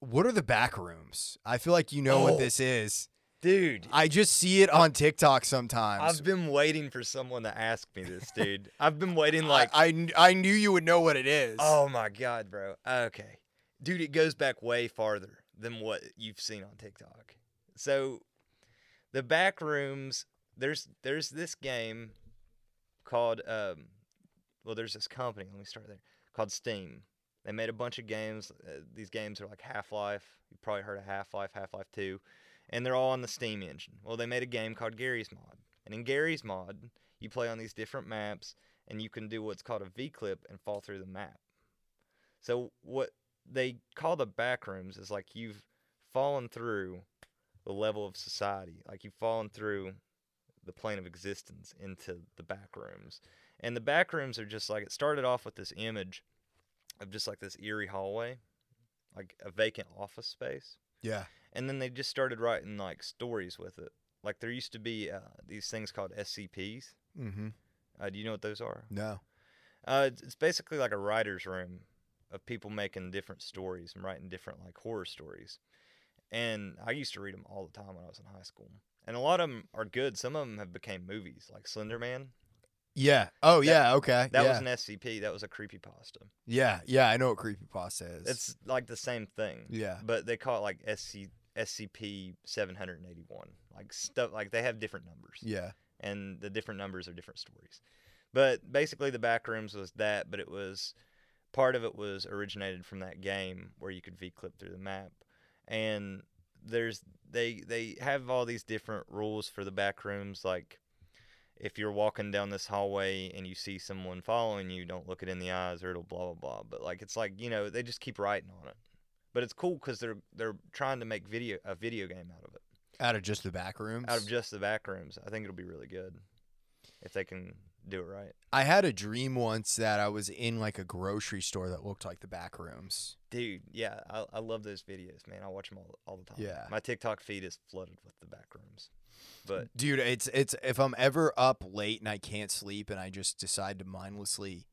A: What are the back rooms? I feel like you know what
B: Oh.
A: this is.
B: Dude,
A: I just see it on TikTok sometimes.
B: I've been waiting for someone to ask me this, dude. I've been waiting
A: I-
B: like
A: I, kn- I knew you would know what it is.
B: Oh my god, bro. Okay. Dude, it goes back way farther than what you've seen on TikTok. So the back rooms, there's there's this game called um well there's this company, let me start there, called Steam. They made a bunch of games. Uh, these games are like Half-Life. You've probably heard of Half-Life, Half-Life 2, and they're all on the Steam engine. Well, they made a game called Gary's Mod. And in Gary's Mod, you play on these different maps and you can do what's called a V clip and fall through the map. So what they call the back rooms is like you've fallen through the level of society, like you've fallen through the plane of existence into the back rooms. And the back rooms are just like it started off with this image of just like this eerie hallway, like a vacant office space
A: yeah.
B: and then they just started writing like stories with it. Like there used to be uh, these things called SCPs.
A: Mm-hmm.
B: Uh, do you know what those are?
A: No.
B: Uh, it's- it's basically like a writer's room of people making different stories and writing different like horror stories. And I used to read them all the time when I was in high school. And a lot of them are good. Some of them have became movies, like Slender Man.
A: Yeah. Oh
B: That-
A: yeah. Okay.
B: That
A: yeah.
B: was an SCP. That was a creepypasta.
A: yeah. Yeah. I know what creepypasta is.
B: It's like the same thing.
A: yeah.
B: But they call it like SC- SCP 781. Like stuff like they have different numbers.
A: Yeah.
B: and the different numbers are different stories. But basically, the back rooms was that, but it was part of it was originated from that game where you could V clip through the map, and there's they they have all these different rules for the back rooms like. If you're walking down this hallway and you see someone following you, don't look it in the eyes or it'll blah blah blah. But like it's like you know they just keep writing on it, but it's cool because they're they're trying to make video a video game out of it
A: Out of just the back rooms.
B: out of just the back rooms. I think it'll be really good if they can do it right.
A: I had a dream once that I was in like a grocery store that looked like the back rooms.
B: Dude, yeah, I, I love those videos, man. I watch them all, all the time.
A: Yeah.
B: My TikTok feed is flooded with the back rooms. But
A: Dude, it's it's if I'm ever up late and I can't sleep and I just decide to mindlessly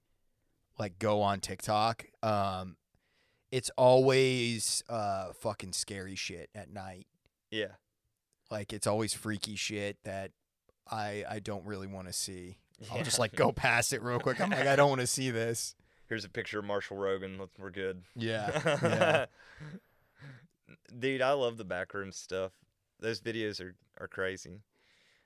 A: like go on TikTok, um it's always uh fucking scary shit at night.
B: yeah,
A: Like it's always freaky shit that I I don't really want to see. I'll just
B: Yeah.
A: like go past it real quick. I'm like I don't want to see this.
B: here's a picture of Marshall Rogan. Look, We're good.
A: Yeah. yeah.
B: Dude, I love the backroom stuff. Those videos are, are crazy.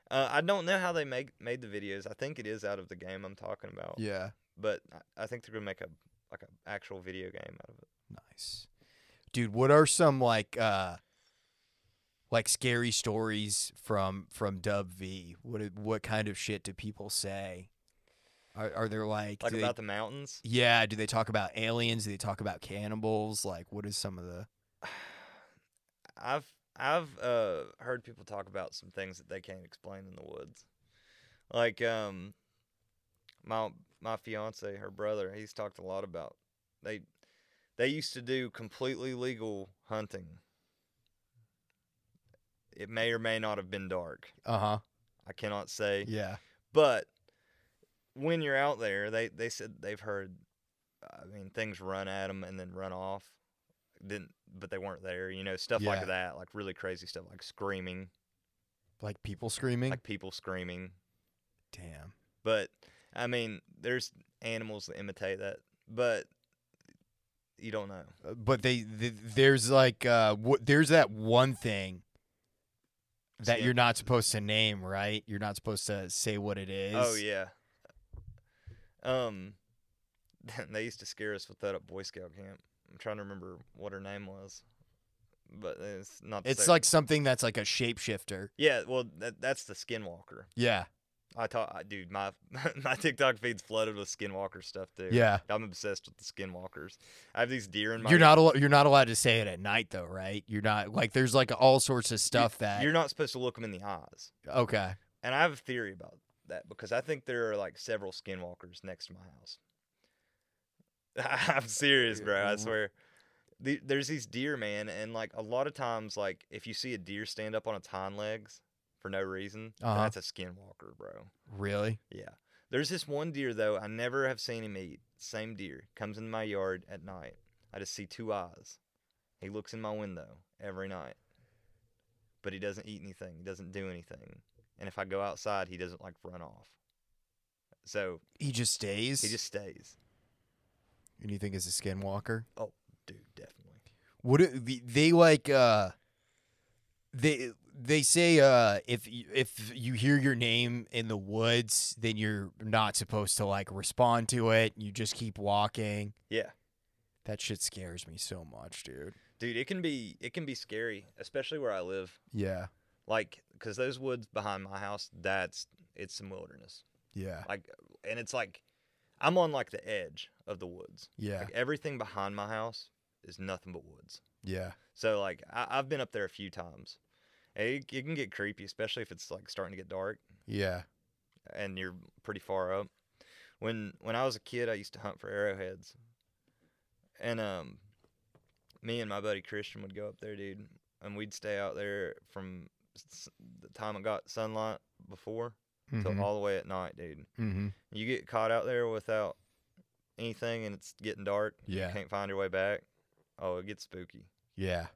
B: Uh, I don't know how they make made the videos. I think it is out of the game I'm talking about.
A: Yeah.
B: But I, I think they're gonna make a like an actual video game out of it.
A: Nice. Dude, what are some like uh like scary stories from from Dub V? What i- what kind of shit do people say? Are are there like,
B: Like
A: do they-
B: about the mountains.
A: Yeah, do they talk about aliens? Do they talk about cannibals? Like what is some of the
B: I've I've uh, heard people talk about some things that they can't explain in the woods, like um, my my fiance, her brother, he's talked a lot about they they used to do completely legal hunting. It may or may not have been dark.
A: Uh-huh.
B: I cannot say.
A: Yeah.
B: But when you're out there, they they said they've heard, I mean, things run at them and then run off. Didn't, but they weren't there. You know, stuff
A: Yeah.
B: like that, like really crazy stuff, like screaming,
A: Like people screaming?
B: like people screaming.
A: Damn.
B: But I mean, there's animals that imitate that, but you don't know.
A: Uh, But they, th there's like uh wh- there's that one thing that
B: Yeah.
A: you're not supposed to name, right? You're not supposed to say what it is.
B: Oh yeah. Um, they used to scare us with that at Boy Scout camp. I'm trying to remember what her name was, but it's not. to
A: It's
B: say-
A: like something that's like a shapeshifter.
B: Yeah, well, that, that's the skinwalker.
A: Yeah.
B: I talk, dude. My my TikTok feed's flooded with skinwalker stuff too.
A: Yeah.
B: I'm obsessed with the skinwalkers. I have these deer in my.
A: You're not al- you're not allowed to say it at night though, right? You're not like there's like all sorts of stuff that
B: You're not supposed to look them in the eyes.
A: okay.
B: And I have a theory about that because I think there are like several skinwalkers next to my house. I'm serious, bro. I
A: r-
B: swear. The, there's these deer, man, and like a lot of times, like if you see a deer stand up on its hind legs for no reason, then
A: Uh-huh.
B: that's a skinwalker, bro.
A: Really?
B: Yeah. There's this one deer though I never have seen him eat. Same deer comes in my yard at night. I just see two eyes. He looks in my window every night, but he doesn't eat anything. He doesn't do anything. And if I go outside, he doesn't like run off. So
A: He just stays.
B: he just stays.
A: And you think is a skinwalker?
B: Dude, definitely.
A: What it, the- they like? uh They they say uh if you, if you hear your name in the woods, then you're not supposed to like respond to it. You just keep walking.
B: Yeah,
A: That shit scares me so much, dude.
B: dude. It can be it can be scary, especially where I live.
A: Yeah.
B: Like, cause those woods behind my house, that's it's some wilderness.
A: Yeah.
B: Like, and it's like, I'm on like the edge of the woods.
A: Yeah.
B: Like everything behind my house is nothing but woods.
A: Yeah.
B: So like I, I've been up there a few times. And It, it can get creepy, especially if it's like starting to get dark
A: Yeah.
B: and you're pretty far up. When when I was a kid, I used to hunt for arrowheads, and um, me and my buddy Christian would go up there, dude, and we'd stay out there from s- the time it got sunlight before till all the way at night, dude.
A: mm-hmm.
B: You get caught out there without anything, and it's getting dark.
A: Yeah.
B: You can't find your way back. Oh, it gets spooky.
A: Yeah.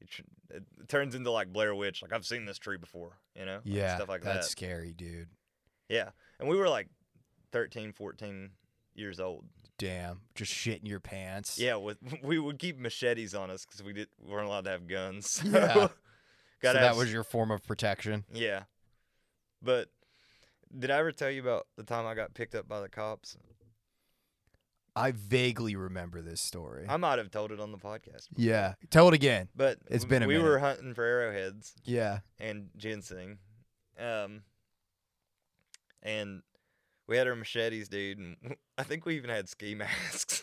B: It, tr- it turns into like Blair Witch. Like I've seen this tree before, you know? Like,
A: Yeah.
B: stuff like
A: that's
B: that.
A: scary, dude.
B: Yeah. And we were like 13, 14 years old.
A: Damn. Just shit in your pants.
B: Yeah, with we would keep machetes on us because we did we weren't allowed to have guns. So
A: Yeah. So
B: gotta
A: that
B: have
A: was
B: s-
A: your form of protection.
B: yeah. But did I ever tell you about the time I got picked up by the cops?
A: I vaguely remember this story.
B: I might have told it on the podcast.
A: yeah. Tell it again.
B: But
A: It's
B: w-
A: been a
B: we were hunting for arrowheads
A: Yeah.
B: and ginseng. Um, and we had our machetes, dude, and w- I think we even had ski masks.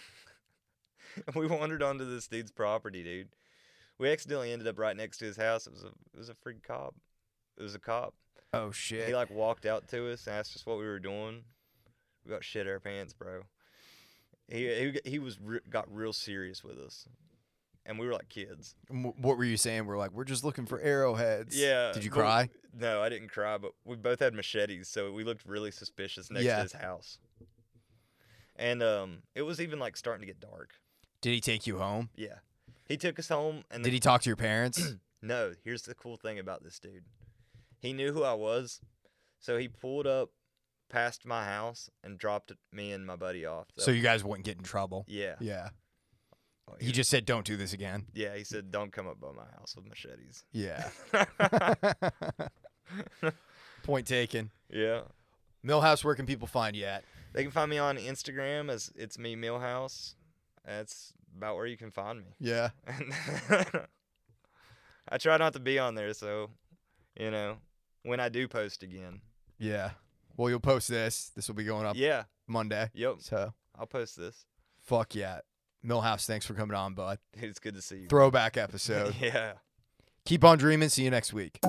B: and we wandered onto this dude's property, dude. We accidentally ended up right next to his house. It was a it was a freaking cop. It was a cop.
A: Oh shit.
B: He like walked out to us and asked us what we were doing. We got shit our pants, bro. He he, g- he was re- got real serious with us, and we were like kids.
A: M- what were you saying? We're like, we're just looking for arrowheads.
B: Yeah.
A: Did you
B: but we-
A: cry?
B: No, I didn't cry, but we both had machetes, so we looked really suspicious next
A: Yeah.
B: to his house. And um, it was even like starting to get dark.
A: Did he take you home?
B: Yeah, he took us home, and
A: Did he talk to your parents?
B: No, here's the cool thing about this dude. He knew who I was, so he pulled up past my house and dropped me and my buddy off.
A: so you guys wouldn't get in trouble.
B: yeah,
A: Yeah.
B: Oh,
A: He just said, don't do this again.
B: yeah. He said, "Don't come up by my house with machetes."
A: Yeah. Point taken.
B: yeah.
A: Millhouse, where can people find you at?
B: They can find me on Instagram as it's me Millhouse. That's about where you can find me.
A: Yeah.
B: I try not to be on there, so you know when I do post again.
A: Yeah. Well, you'll post this. This will be going up
B: Yeah, Um,
A: Monday.
B: yep.
A: So,
B: I'll post this.
A: fuck yeah. Millhouse, thanks for coming on, bud.
B: It's good to see you.
A: Throwback episode.
B: yeah.
A: Keep on dreaming. See you next week.